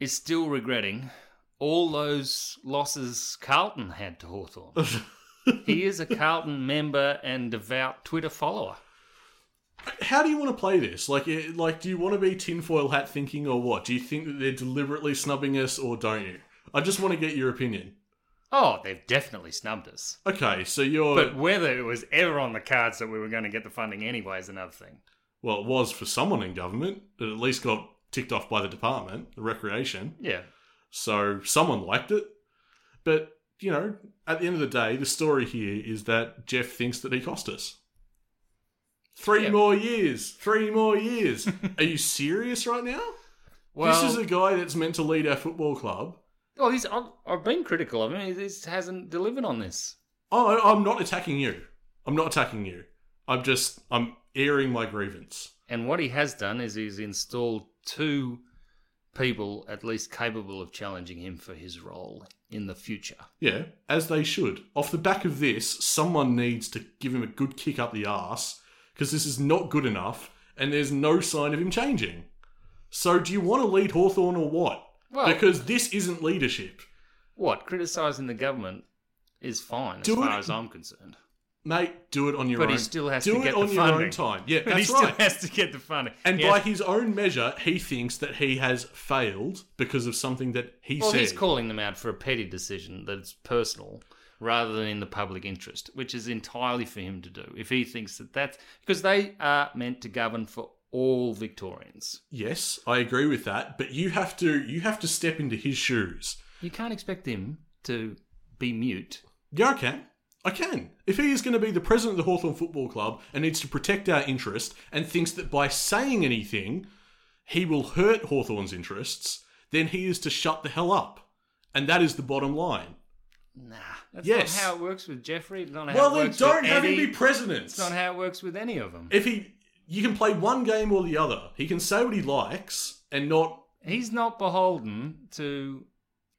is still regretting all those losses Carlton had to Hawthorn. he is a Carlton member and devout Twitter follower. How do you want to play this? Like, eh, like, do you want to be tinfoil hat thinking or what? Do you think that they're deliberately snubbing us or don't you? I just want to get your opinion. Oh, they've definitely snubbed us. Okay, so you're But whether it was ever on the cards that we were going to get the funding anyway is another thing. well, it was for someone in government. It at least got ticked off by the department, the recreation. Yeah. So someone liked it. But, you know, at the end of the day, the story here is that Jeff thinks that he cost us. Three Yeah. more years. Three more years. Are you serious right now? Well, this is a guy that's meant to lead our football club. oh, he's, I've, I've been critical of him. He just hasn't delivered on this. Oh, I'm not attacking you. I'm not attacking you. I'm just, I'm airing my grievance. And what he has done is he's installed two people at least capable of challenging him for his role in the future. Yeah, as they should. Off the back of this, someone needs to give him a good kick up the arse because this is not good enough and there's no sign of him changing. So, do you want to lead Hawthorn or what? Well- because this isn't leadership. What? Criticising the government is fine as Do far it- as I'm concerned. Mate, do it on your But own. he still has do to it get the on your funding. own time. Yeah, But he that's still right. has to get the funding. and He by has- his own measure, he thinks that he has failed because of something that he well, said. he's calling them out for a petty decision that's personal rather than in the public interest, which is entirely for him to do. If he thinks that that's because they are meant to govern for all Victorians. yes, I agree with that, but you have to you have to step into his shoes. You can't expect him to be mute. Yeah, I can. I can. If he is going to be the president of the Hawthorn Football Club and needs to protect our interest and thinks that by saying anything he will hurt Hawthorn's interests, then he is to shut the hell up. And that is the bottom line. Nah, that's Yes. not how it works with Jeffrey. Not how Well, it then works don't with have Eddie. him be president. It's not how it works with any of them. if he, you can play one game or the other. He can say what he likes and not. He's not beholden to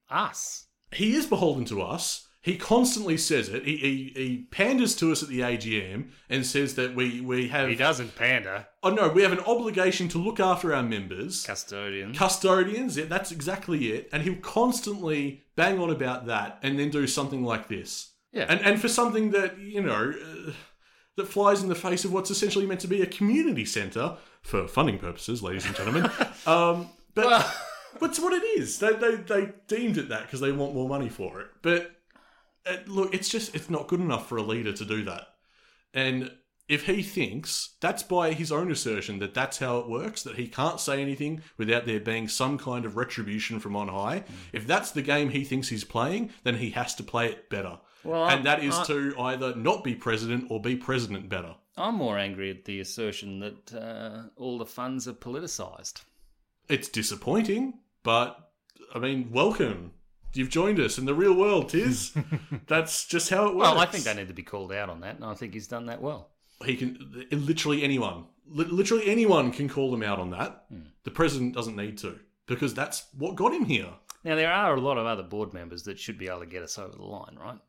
us. He is beholden to us. He constantly says it. He, he, he panders to us at the AGM and says that we we have. He doesn't pander. Oh no, we have an obligation to look after our members. Custodian. custodians. Yeah, that's exactly it. And he'll constantly bang on about that, and then do something like this. Yeah. And and for something that you know uh, that flies in the face of what's essentially meant to be a community centre for funding purposes, ladies and gentlemen. um, but Well- that's what it is. They they, they deemed it that because they want more money for it. But uh, look, it's just it's not good enough for a leader to do that. And if he thinks that's by his own assertion that that's how it works, that he can't say anything without there being some kind of retribution from on high, if that's the game he thinks he's playing, then he has to play it better. Well, and I- that is I- to either not be president or be president better. I'm more angry at the assertion that uh, all the funds are politicised. It's disappointing, but I mean, welcome. You've joined us in the real world, Tiz. that's just how it works. Well, I think they need to be called out on that, and I think he's done that well. he can literally anyone li- literally anyone can call them out on that the president doesn't need to because that's what got him here Now, there are a lot of other board members that should be able to get us over the line, right?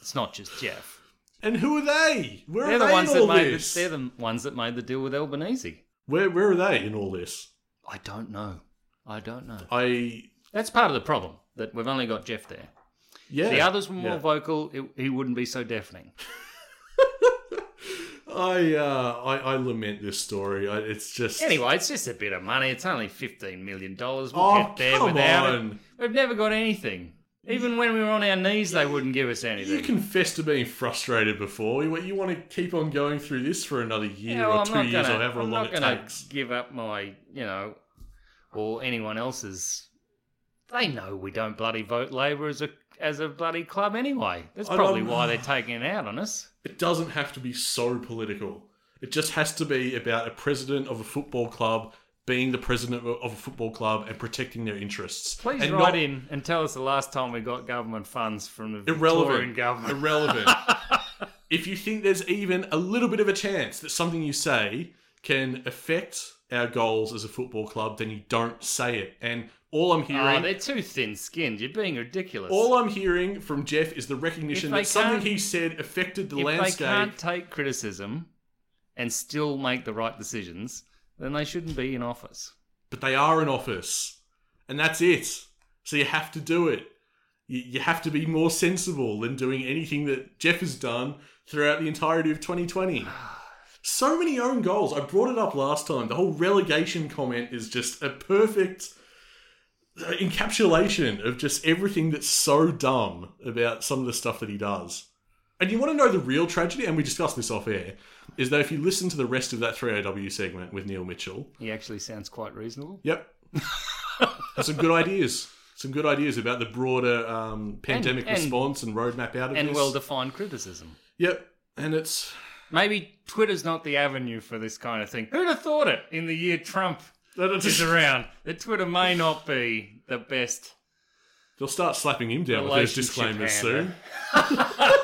It's not just Jeff. and who are they where They're are the they ones in that all made this they're the ones that made the deal with Albanese. where, where are they in all this I don't know. I don't know. i That's part of the problem that we've only got Jeff there. yeah The others were more yeah. vocal. It, he wouldn't be so deafening. i uh I, I lament this story I, it's just Anyway, it's just a bit of money. It's only fifteen million dollars. We'll Oh, get there come without it. on. We've never got anything. Even when we were on our knees, they wouldn't give us anything. you confessed to being frustrated before. You, you want to keep on going through this for another year Yeah, or well, I'm 2 not years, gonna- or however I'm long not it gonna takes. Give up my, you know, or anyone else's. They know we don't bloody vote Labor as a as a bloody club anyway. That's I probably don't- why they're taking it out on us. It doesn't have to be so political. It just has to be about a president of a football club being the president of of a football club and protecting their interests. Please and write not- in and tell us the last time we got government funds from the Victorian Irrelevant. government. Irrelevant. if you think there's even a little bit of a chance that something you say can affect our goals as a football club, then you don't say it. And all I'm Oh, hearing, they're too thin-skinned. You're being ridiculous. all I'm hearing from Jeff is the recognition If they that something can't- he said affected the if landscape. they can't take criticism and still make the right decisions, then they shouldn't be in office. but they are in office, and that's it. So you have to do it. You, you have to be more sensible than doing anything that Jeff has done throughout the entirety of 2020. So many own goals. I brought it up last time. The whole relegation comment is just a perfect uh, encapsulation of just everything that's so dumb about some of the stuff that he does. And you want to know the real tragedy, and we discussed this off air, is that if you listen to the rest of that 3AW segment with Neil Mitchell, He actually sounds quite reasonable. Yep. That's some good ideas. Some good ideas about the broader um, pandemic and- response and roadmap out of And this. well-defined criticism. yep. And it's Maybe Twitter's not the avenue for this kind of thing. Who'd have thought it in the year Trump is around that Twitter may not be the best? they'll start slapping him down with those Relationship eh? disclaimers handler. soon.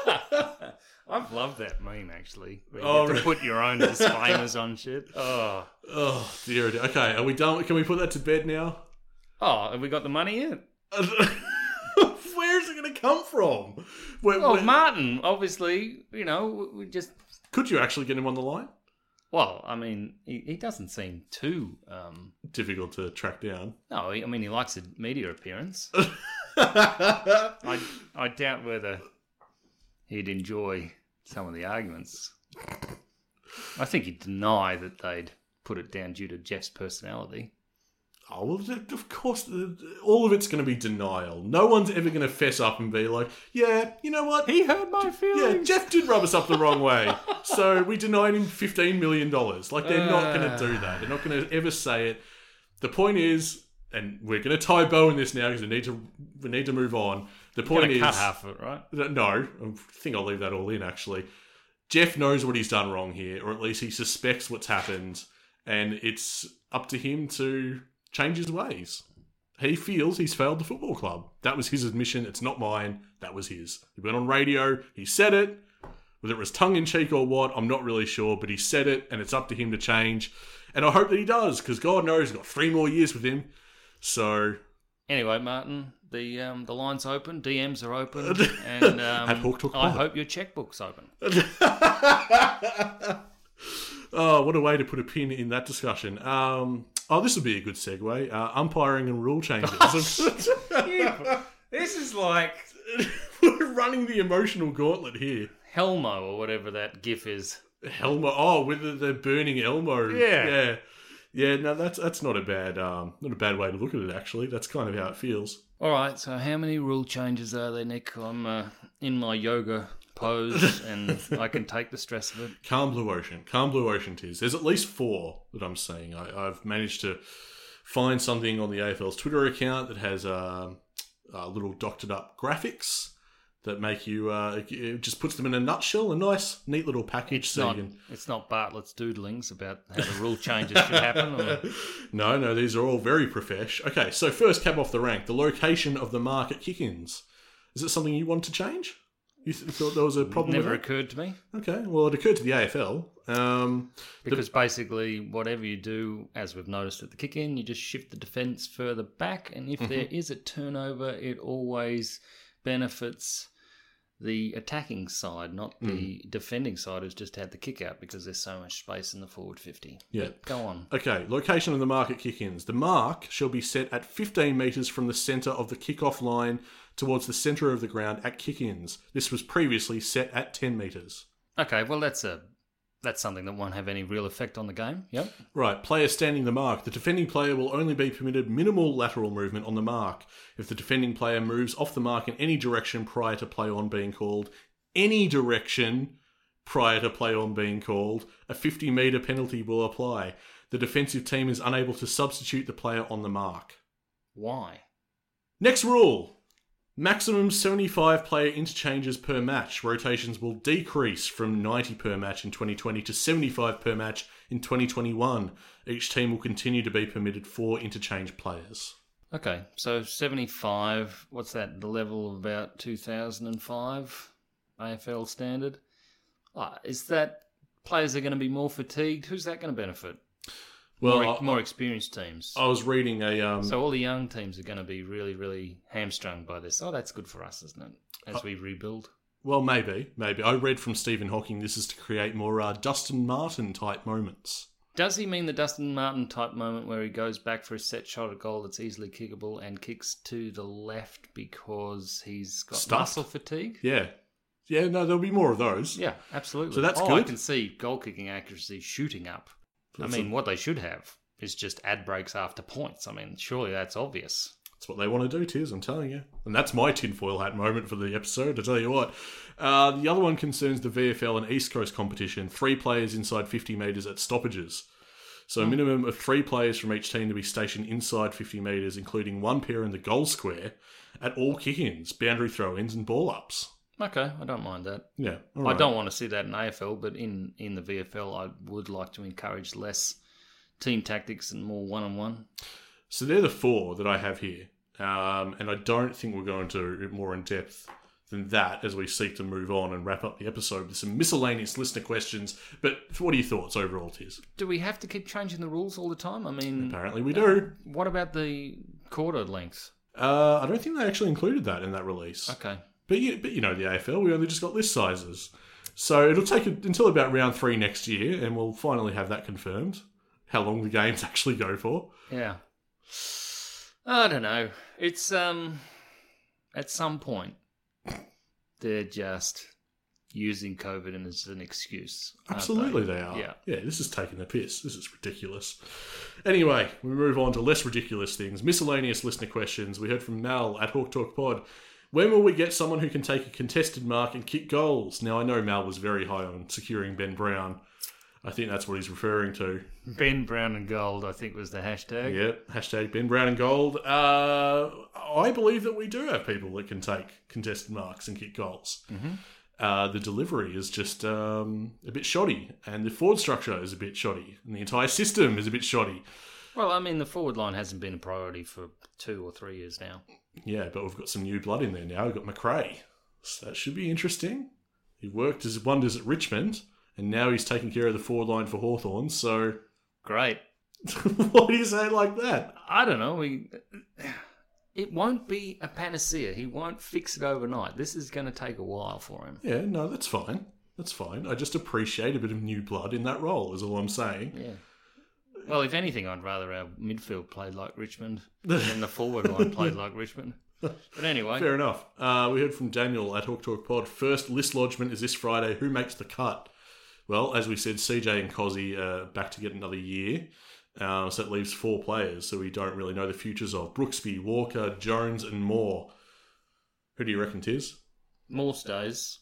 I've loved that meme actually. Where you Oh, have to really? put your own disclaimers on shit. Oh, Oh dear. dear. Okay, are we done? Can we put that to bed now? oh, have we got the money yet? Where is it going to come from? Where, Well, where- Oh, Martin, obviously, you know, we- we just could you actually get him on the line? Well, I mean, he, he doesn't seem too. Um, Difficult to track down. no, he, I mean, he likes a media appearance. I I doubt whether he'd enjoy some of the arguments. I think he'd deny that they'd put it down due to Jeff's personality. Oh, well, th- of course, th- all of it's going to be denial. No one's ever going to fess up and be like, yeah, you know what? He hurt my yeah, feelings. Jeff did rub us up the wrong way. so we denied him $15 million. Like, they're not going Ah. to do that. They're not going to ever say it. The point is, and we're going to tie bow in this now because we need to we need to move on. The point Gonna is, cut half of it, right? No, I think I'll leave that all in actually. Jeff knows what he's done wrong here, or at least he suspects what's happened, and it's up to him to change his ways. He feels he's failed the football club. That was his admission. It's not mine. That was his. He went on radio. He said it. Whether it was tongue in cheek or what, I'm not really sure, but he said it, and it's up to him to change. And I hope that he does, because God knows he's got three more years with him. So Anyway, Martin, the um, the line's open, DMs are open, and At Hawk um, Talk I Pod. hope your checkbook's open. Oh, what a way to put a pin in that discussion. Um, oh, this would be a good segue. Uh, umpiring and rule changes. this is like We're running the emotional gauntlet here. Helmo or whatever that GIF is. Elmo. Oh, with the, the burning Elmo. Yeah. yeah, yeah. No, that's that's not a bad um, not a bad way to look at it. Actually, that's kind of how it feels. All right, so how many rule changes are there, Nick? I'm uh, in my yoga pose, and I can take the stress of it. Calm blue ocean. Calm blue ocean. Tis. There's at least four that I'm seeing. I, I've managed to find something on the AFL's Twitter account that has um uh, little doctored up graphics that make you. Uh, it just puts them in a nutshell. A nice, neat little package. so Not, you can. it's not Bartlett's doodlings about how the rule changes should happen. Or, No, no, these are all very profesh. Okay, so first cab off the rank. The location of the market kick-ins. Is it something you want to change? You th- thought there was a problem? never with occurred to me that? Okay. Well, it occurred to the AFL. Um, because basically, whatever you do, as we've noticed at the kick in, you just shift the defence further back, and if there is a turnover, it always benefits the attacking side, not the defending side who's just had the kick out because there's so much space in the forward 50. yeah. Go on. Okay, location of the market kick ins. The mark shall be set at 15 metres from the centre of the kick-off line towards the centre of the ground at kick ins. This was previously set at 10 metres. Okay, well that's a that's something that won't have any real effect on the game. Yep. Right, player standing the mark. The defending player will only be permitted minimal lateral movement on the mark. If the defending player moves off the mark in any direction prior to play on being called, any direction prior to play on being called, a 50 metre penalty will apply. The defensive team is unable to substitute the player on the mark. Why? Next rule maximum 75 player interchanges per match. Rotations will decrease from 90 per match in 2020 to 75 per match in 2021. Each team will continue to be permitted four interchange players. Okay, so 75, what's that, the level of about 2005 AFL standard? Ah, is that players are going to be more fatigued? Who's that going to benefit? Well, more, I, more experienced teams. I was reading a. Um, So all the young teams are going to be really, really hamstrung by this. Oh, that's good for us, isn't it? As we rebuild. well, maybe, maybe. I read from Stephen Hawking this is to create more uh, Dustin Martin type moments. Does he mean the Dustin Martin type moment where he goes back for a set shot at goal that's easily kickable and kicks to the left because he's got Stuffed. muscle fatigue? Yeah. Yeah, no, there'll be more of those. Yeah, absolutely. So that's oh, I good. can see goal kicking accuracy shooting up. That's I mean, a- what they should have is just ad breaks after points. I mean, surely that's obvious. That's what they want to do, Tiz, I'm telling you. And that's my tinfoil hat moment for the episode, I tell you what. Uh, the other one concerns the VFL and East Coast competition. Three players inside 50 metres at stoppages. So Hmm. a minimum of three players from each team to be stationed inside 50 metres, including one pair in the goal square, at all kick-ins, boundary throw-ins and ball-ups. Okay, I don't mind that. Yeah, all right. I don't want to see that in AFL, but in, in the VFL, I would like to encourage less team tactics and more one on one. So they're the four that I have here. Um, and I don't think we're going to it more in depth than that as we seek to move on and wrap up the episode with some miscellaneous listener questions. But what are your thoughts overall, Tiz? Do we have to keep changing the rules all the time? I mean, Apparently we do. what about the quarter length? Uh, I don't think they actually included that in that release. Okay. But you, but you know the AFL, we only just got list sizes. So it'll take it until about round three next year, and we'll finally have that confirmed. How long the games actually go for? Yeah. I don't know. It's um at some point, they're just using COVID as an excuse. aren't Absolutely, they are. Uh, Yeah. yeah, this is taking the piss. This is ridiculous. Anyway, we move on to less ridiculous things. Miscellaneous listener questions. We heard from Mal at Hawk Talk Pod. When will we get someone who can take a contested mark and kick goals? Now, I know Mal was very high on securing Ben Brown. I think that's what he's referring to. Ben Brown and Gold, I think, was the hashtag. Yep. Hashtag Ben Brown and Gold. Uh, I believe that we do have people that can take contested marks and kick goals. Uh, the delivery is just um, a bit shoddy, and the forward structure is a bit shoddy, and the entire system is a bit shoddy. Well, I mean, the forward line hasn't been a priority for two or three years now. Yeah, but we've got some new blood in there now. We've got McRae. So that should be interesting. He worked his wonders at Richmond, and now he's taking care of the forward line for Hawthorn. So, Great. what do you say like that? I don't know. We, it won't be a panacea. He won't fix it overnight. This is going to take a while for him. Yeah, no, that's fine. That's fine. I just appreciate a bit of new blood in that role, is all I'm saying. Yeah. Well, if anything, I'd rather our midfield played like Richmond than the forward line played like Richmond. But anyway, Fair enough. Uh, we heard from Daniel at Hawk Talk Pod. First list lodgement is this Friday. Who makes the cut? Well, as we said, CJ and Cozzy uh, back to get another year. Uh, so that leaves four players. So we don't really know the futures of Brooksby, Walker, Jones, and Moore. Who do you reckon, Tiz? more stays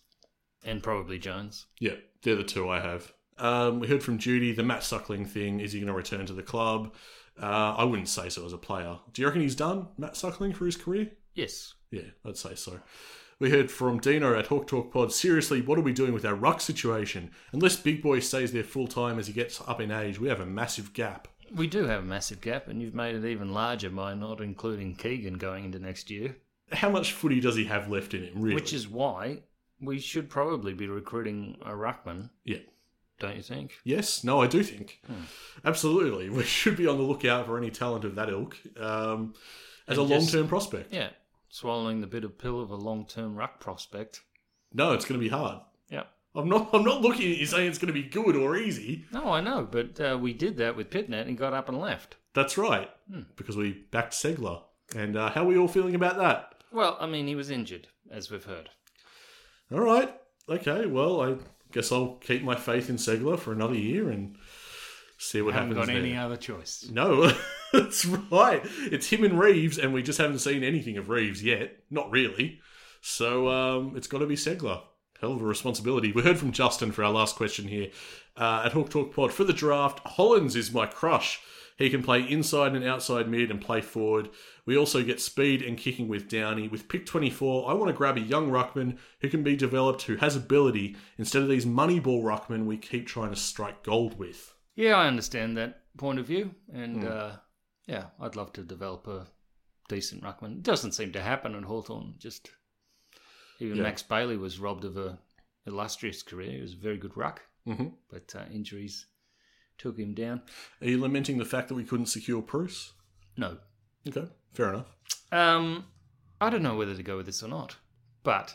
and probably Jones. Yeah, they're the two I have. Um, we heard from Judy the Matt Suckling thing. Is he going to return to the club? Uh, I wouldn't say so as a player. Do you reckon he's done, Matt Suckling, for his career? Yes. Yeah, I'd say so. We heard from Dino at Hawk Talk Pod. Seriously, what are we doing with our ruck situation? Unless Big Boy stays there full time as he gets up in age, we have a massive gap. We do have a massive gap, and you've made it even larger by not including Keegan going into next year, How much footy does he have left in him, really? which is why we should probably be recruiting a ruckman, yeah. don't you think? Yes, no, I do think. Hmm. Absolutely. We should be on the lookout for any talent of that ilk um, as And a long just- term prospect. Yeah, swallowing the bitter pill of a long-term ruck prospect. No, it's going to be hard. Yeah. I'm not. I'm not looking at you saying it's going to be good or easy. No, I know, but uh, we did that with Pitnet and got up and left. That's right, Hmm. because we backed Segler. And uh, how are we all feeling about that? Well, I mean, he was injured, as we've heard. All right, okay. Well, I guess I'll keep my faith in Segler for another year and see what Haven't happens. got any there. other choice. No, that's right. It's him and Reeves, and we just haven't seen anything of Reeves yet. Not really. So um, it's got to be Segler. Hell of a responsibility. We heard from Justin for our last question here uh, at Hawk Talk Pod. For the draft, Hollins is my crush. He can play inside and outside mid and play forward. We also get speed and kicking with Downey. With pick 24, I want to grab a young ruckman who can be developed, who has ability, instead of these moneyball ruckmen we keep trying to strike gold with. Yeah, I understand that point of view, and uh, yeah, I'd love to develop a decent ruckman. It doesn't seem to happen at Hawthorn. Just even Yeah. Max Bailey was robbed of a illustrious career. He was a very good ruck, mm-hmm. but uh, injuries took him down. Are you lamenting the fact that we couldn't secure Bruce? No, Okay, fair enough. Um, I don't know whether to go with this or not, but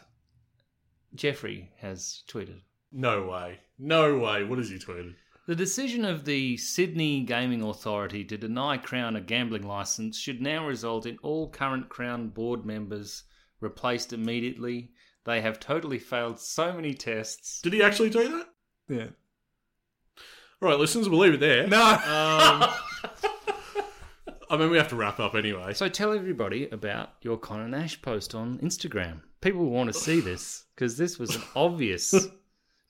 Jeffrey has tweeted No way. No way. What has he tweeted? the decision of the Sydney Gaming Authority to deny Crown a gambling license should now result in all current Crown board members replaced immediately. They have totally failed so many tests. Did he actually do that? Yeah. All right, listeners, we'll leave it there. No. Um, I mean, we have to wrap up anyway. So tell everybody about your Connor Nash post on Instagram. People want to see this because this was an obvious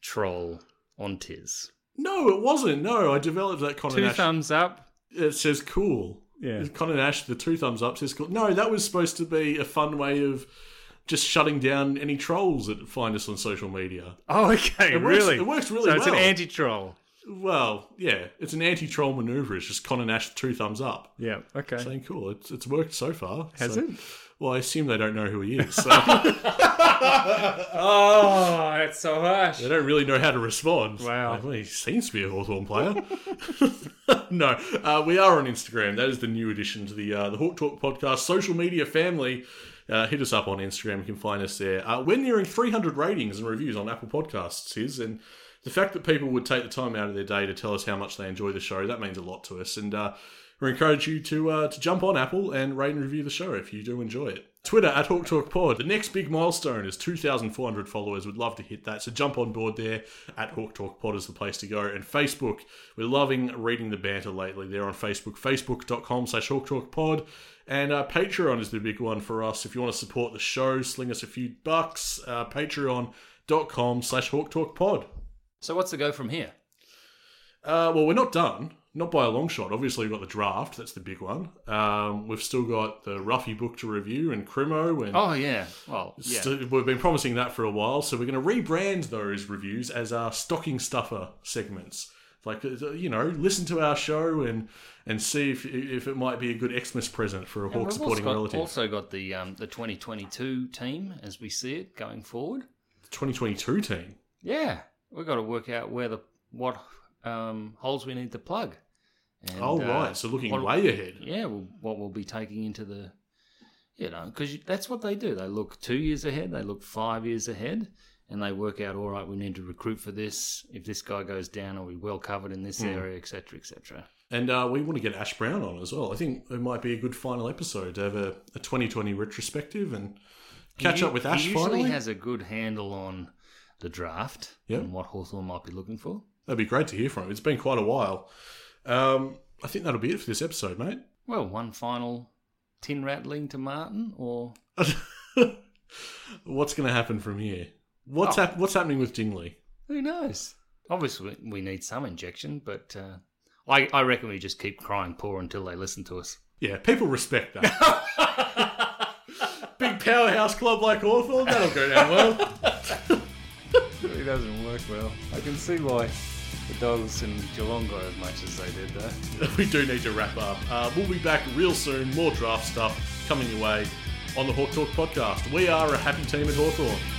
troll on Tiz. No, it wasn't. No, I developed that Connor Two Nash. thumbs up. it says cool. Yeah. Connor Nash, the two thumbs up says cool. No, that was supposed to be a fun way of just shutting down any trolls that find us on social media. Oh, okay, It works- really? it works really So it's an well. anti-troll. Well, yeah, it's an anti-troll maneuver. It's just Connor Nash, two thumbs up. Yeah. Okay. Saying cool. It's, it's worked so far. Has So- it? Well, I assume they don't know who he is. So. Oh, that's so harsh. They don't really know how to respond. Wow. Like, well, he seems to be a Hawthorn player. no, uh, we are on Instagram. That is the new addition to the uh, the Hawk Talk podcast social media family. Uh, hit us up on Instagram. You can find us there. Uh, we're nearing 300 ratings and reviews on Apple Podcasts, is and the fact that people would take the time out of their day to tell us how much they enjoy the show that means a lot to us. And uh, We encourage you to uh, to jump on Apple and rate and review the show if you do enjoy it. Twitter at Hawk Talk Pod. The next big milestone is 2,400 followers. We'd love to hit that. So jump on board there. At Hawk Talk Pod is the place to go. And Facebook. We're loving reading the banter lately. They're on Facebook, facebook.com slash Hawk Talk Pod. And uh, Patreon is the big one for us. If you want to support the show, sling us a few bucks. Uh, Patreon.com slash Hawk Talk Pod. So what's the go from here? Uh, well, we're not done. Not by a long shot. Obviously, we've got the draft. That's the big one. Um, we've still got the Ruffy book to review and Crimo. And Oh yeah. Well, yeah. st- we've been promising that for a while. So we're going to rebrand those reviews as our stocking stuffer segments. Like, uh, you know, listen to our show and and see if if it might be a good Xmas present for a We've Hawk also supporting got- relative. Also got the um, the 2022 team as we see it going forward. 2022 team. Yeah, we got to work out where the what um, holes we need to plug. And, oh, uh, right. So looking what- way ahead. yeah, well, what we'll be taking into the, you know, because that's what they do. They look two years ahead, they look five years ahead, and they work out. All right, we need to recruit for this. If this guy goes down, are we well covered in this area, etc., etc. And uh, we want to get Ash Brown on as well. I think it might be a good final episode to have a, a 2020 retrospective and catch He- up with Ash He usually finally. has a good handle on the draft Yep. and what Hawthorn might be looking for. That'd be great to hear from him. It's been quite a while. Um, I think that'll be it for this episode, mate. Well, one final tin rattling to Martin, or What's going to happen from here? What's Oh. hap- what's happening with Dingley? who knows? Obviously, we need some injection, but uh, I, I reckon we just keep crying poor until they listen to us. Yeah, people respect that. Big powerhouse club like Hawthorn, that'll go down well. It doesn't work well. I can see why the dogs and Geelong got as much as they did though. we do need to wrap up. Uh, we'll be back real soon. More draft stuff coming your way on the Hawk Talk podcast. We are a happy team at Hawthorn.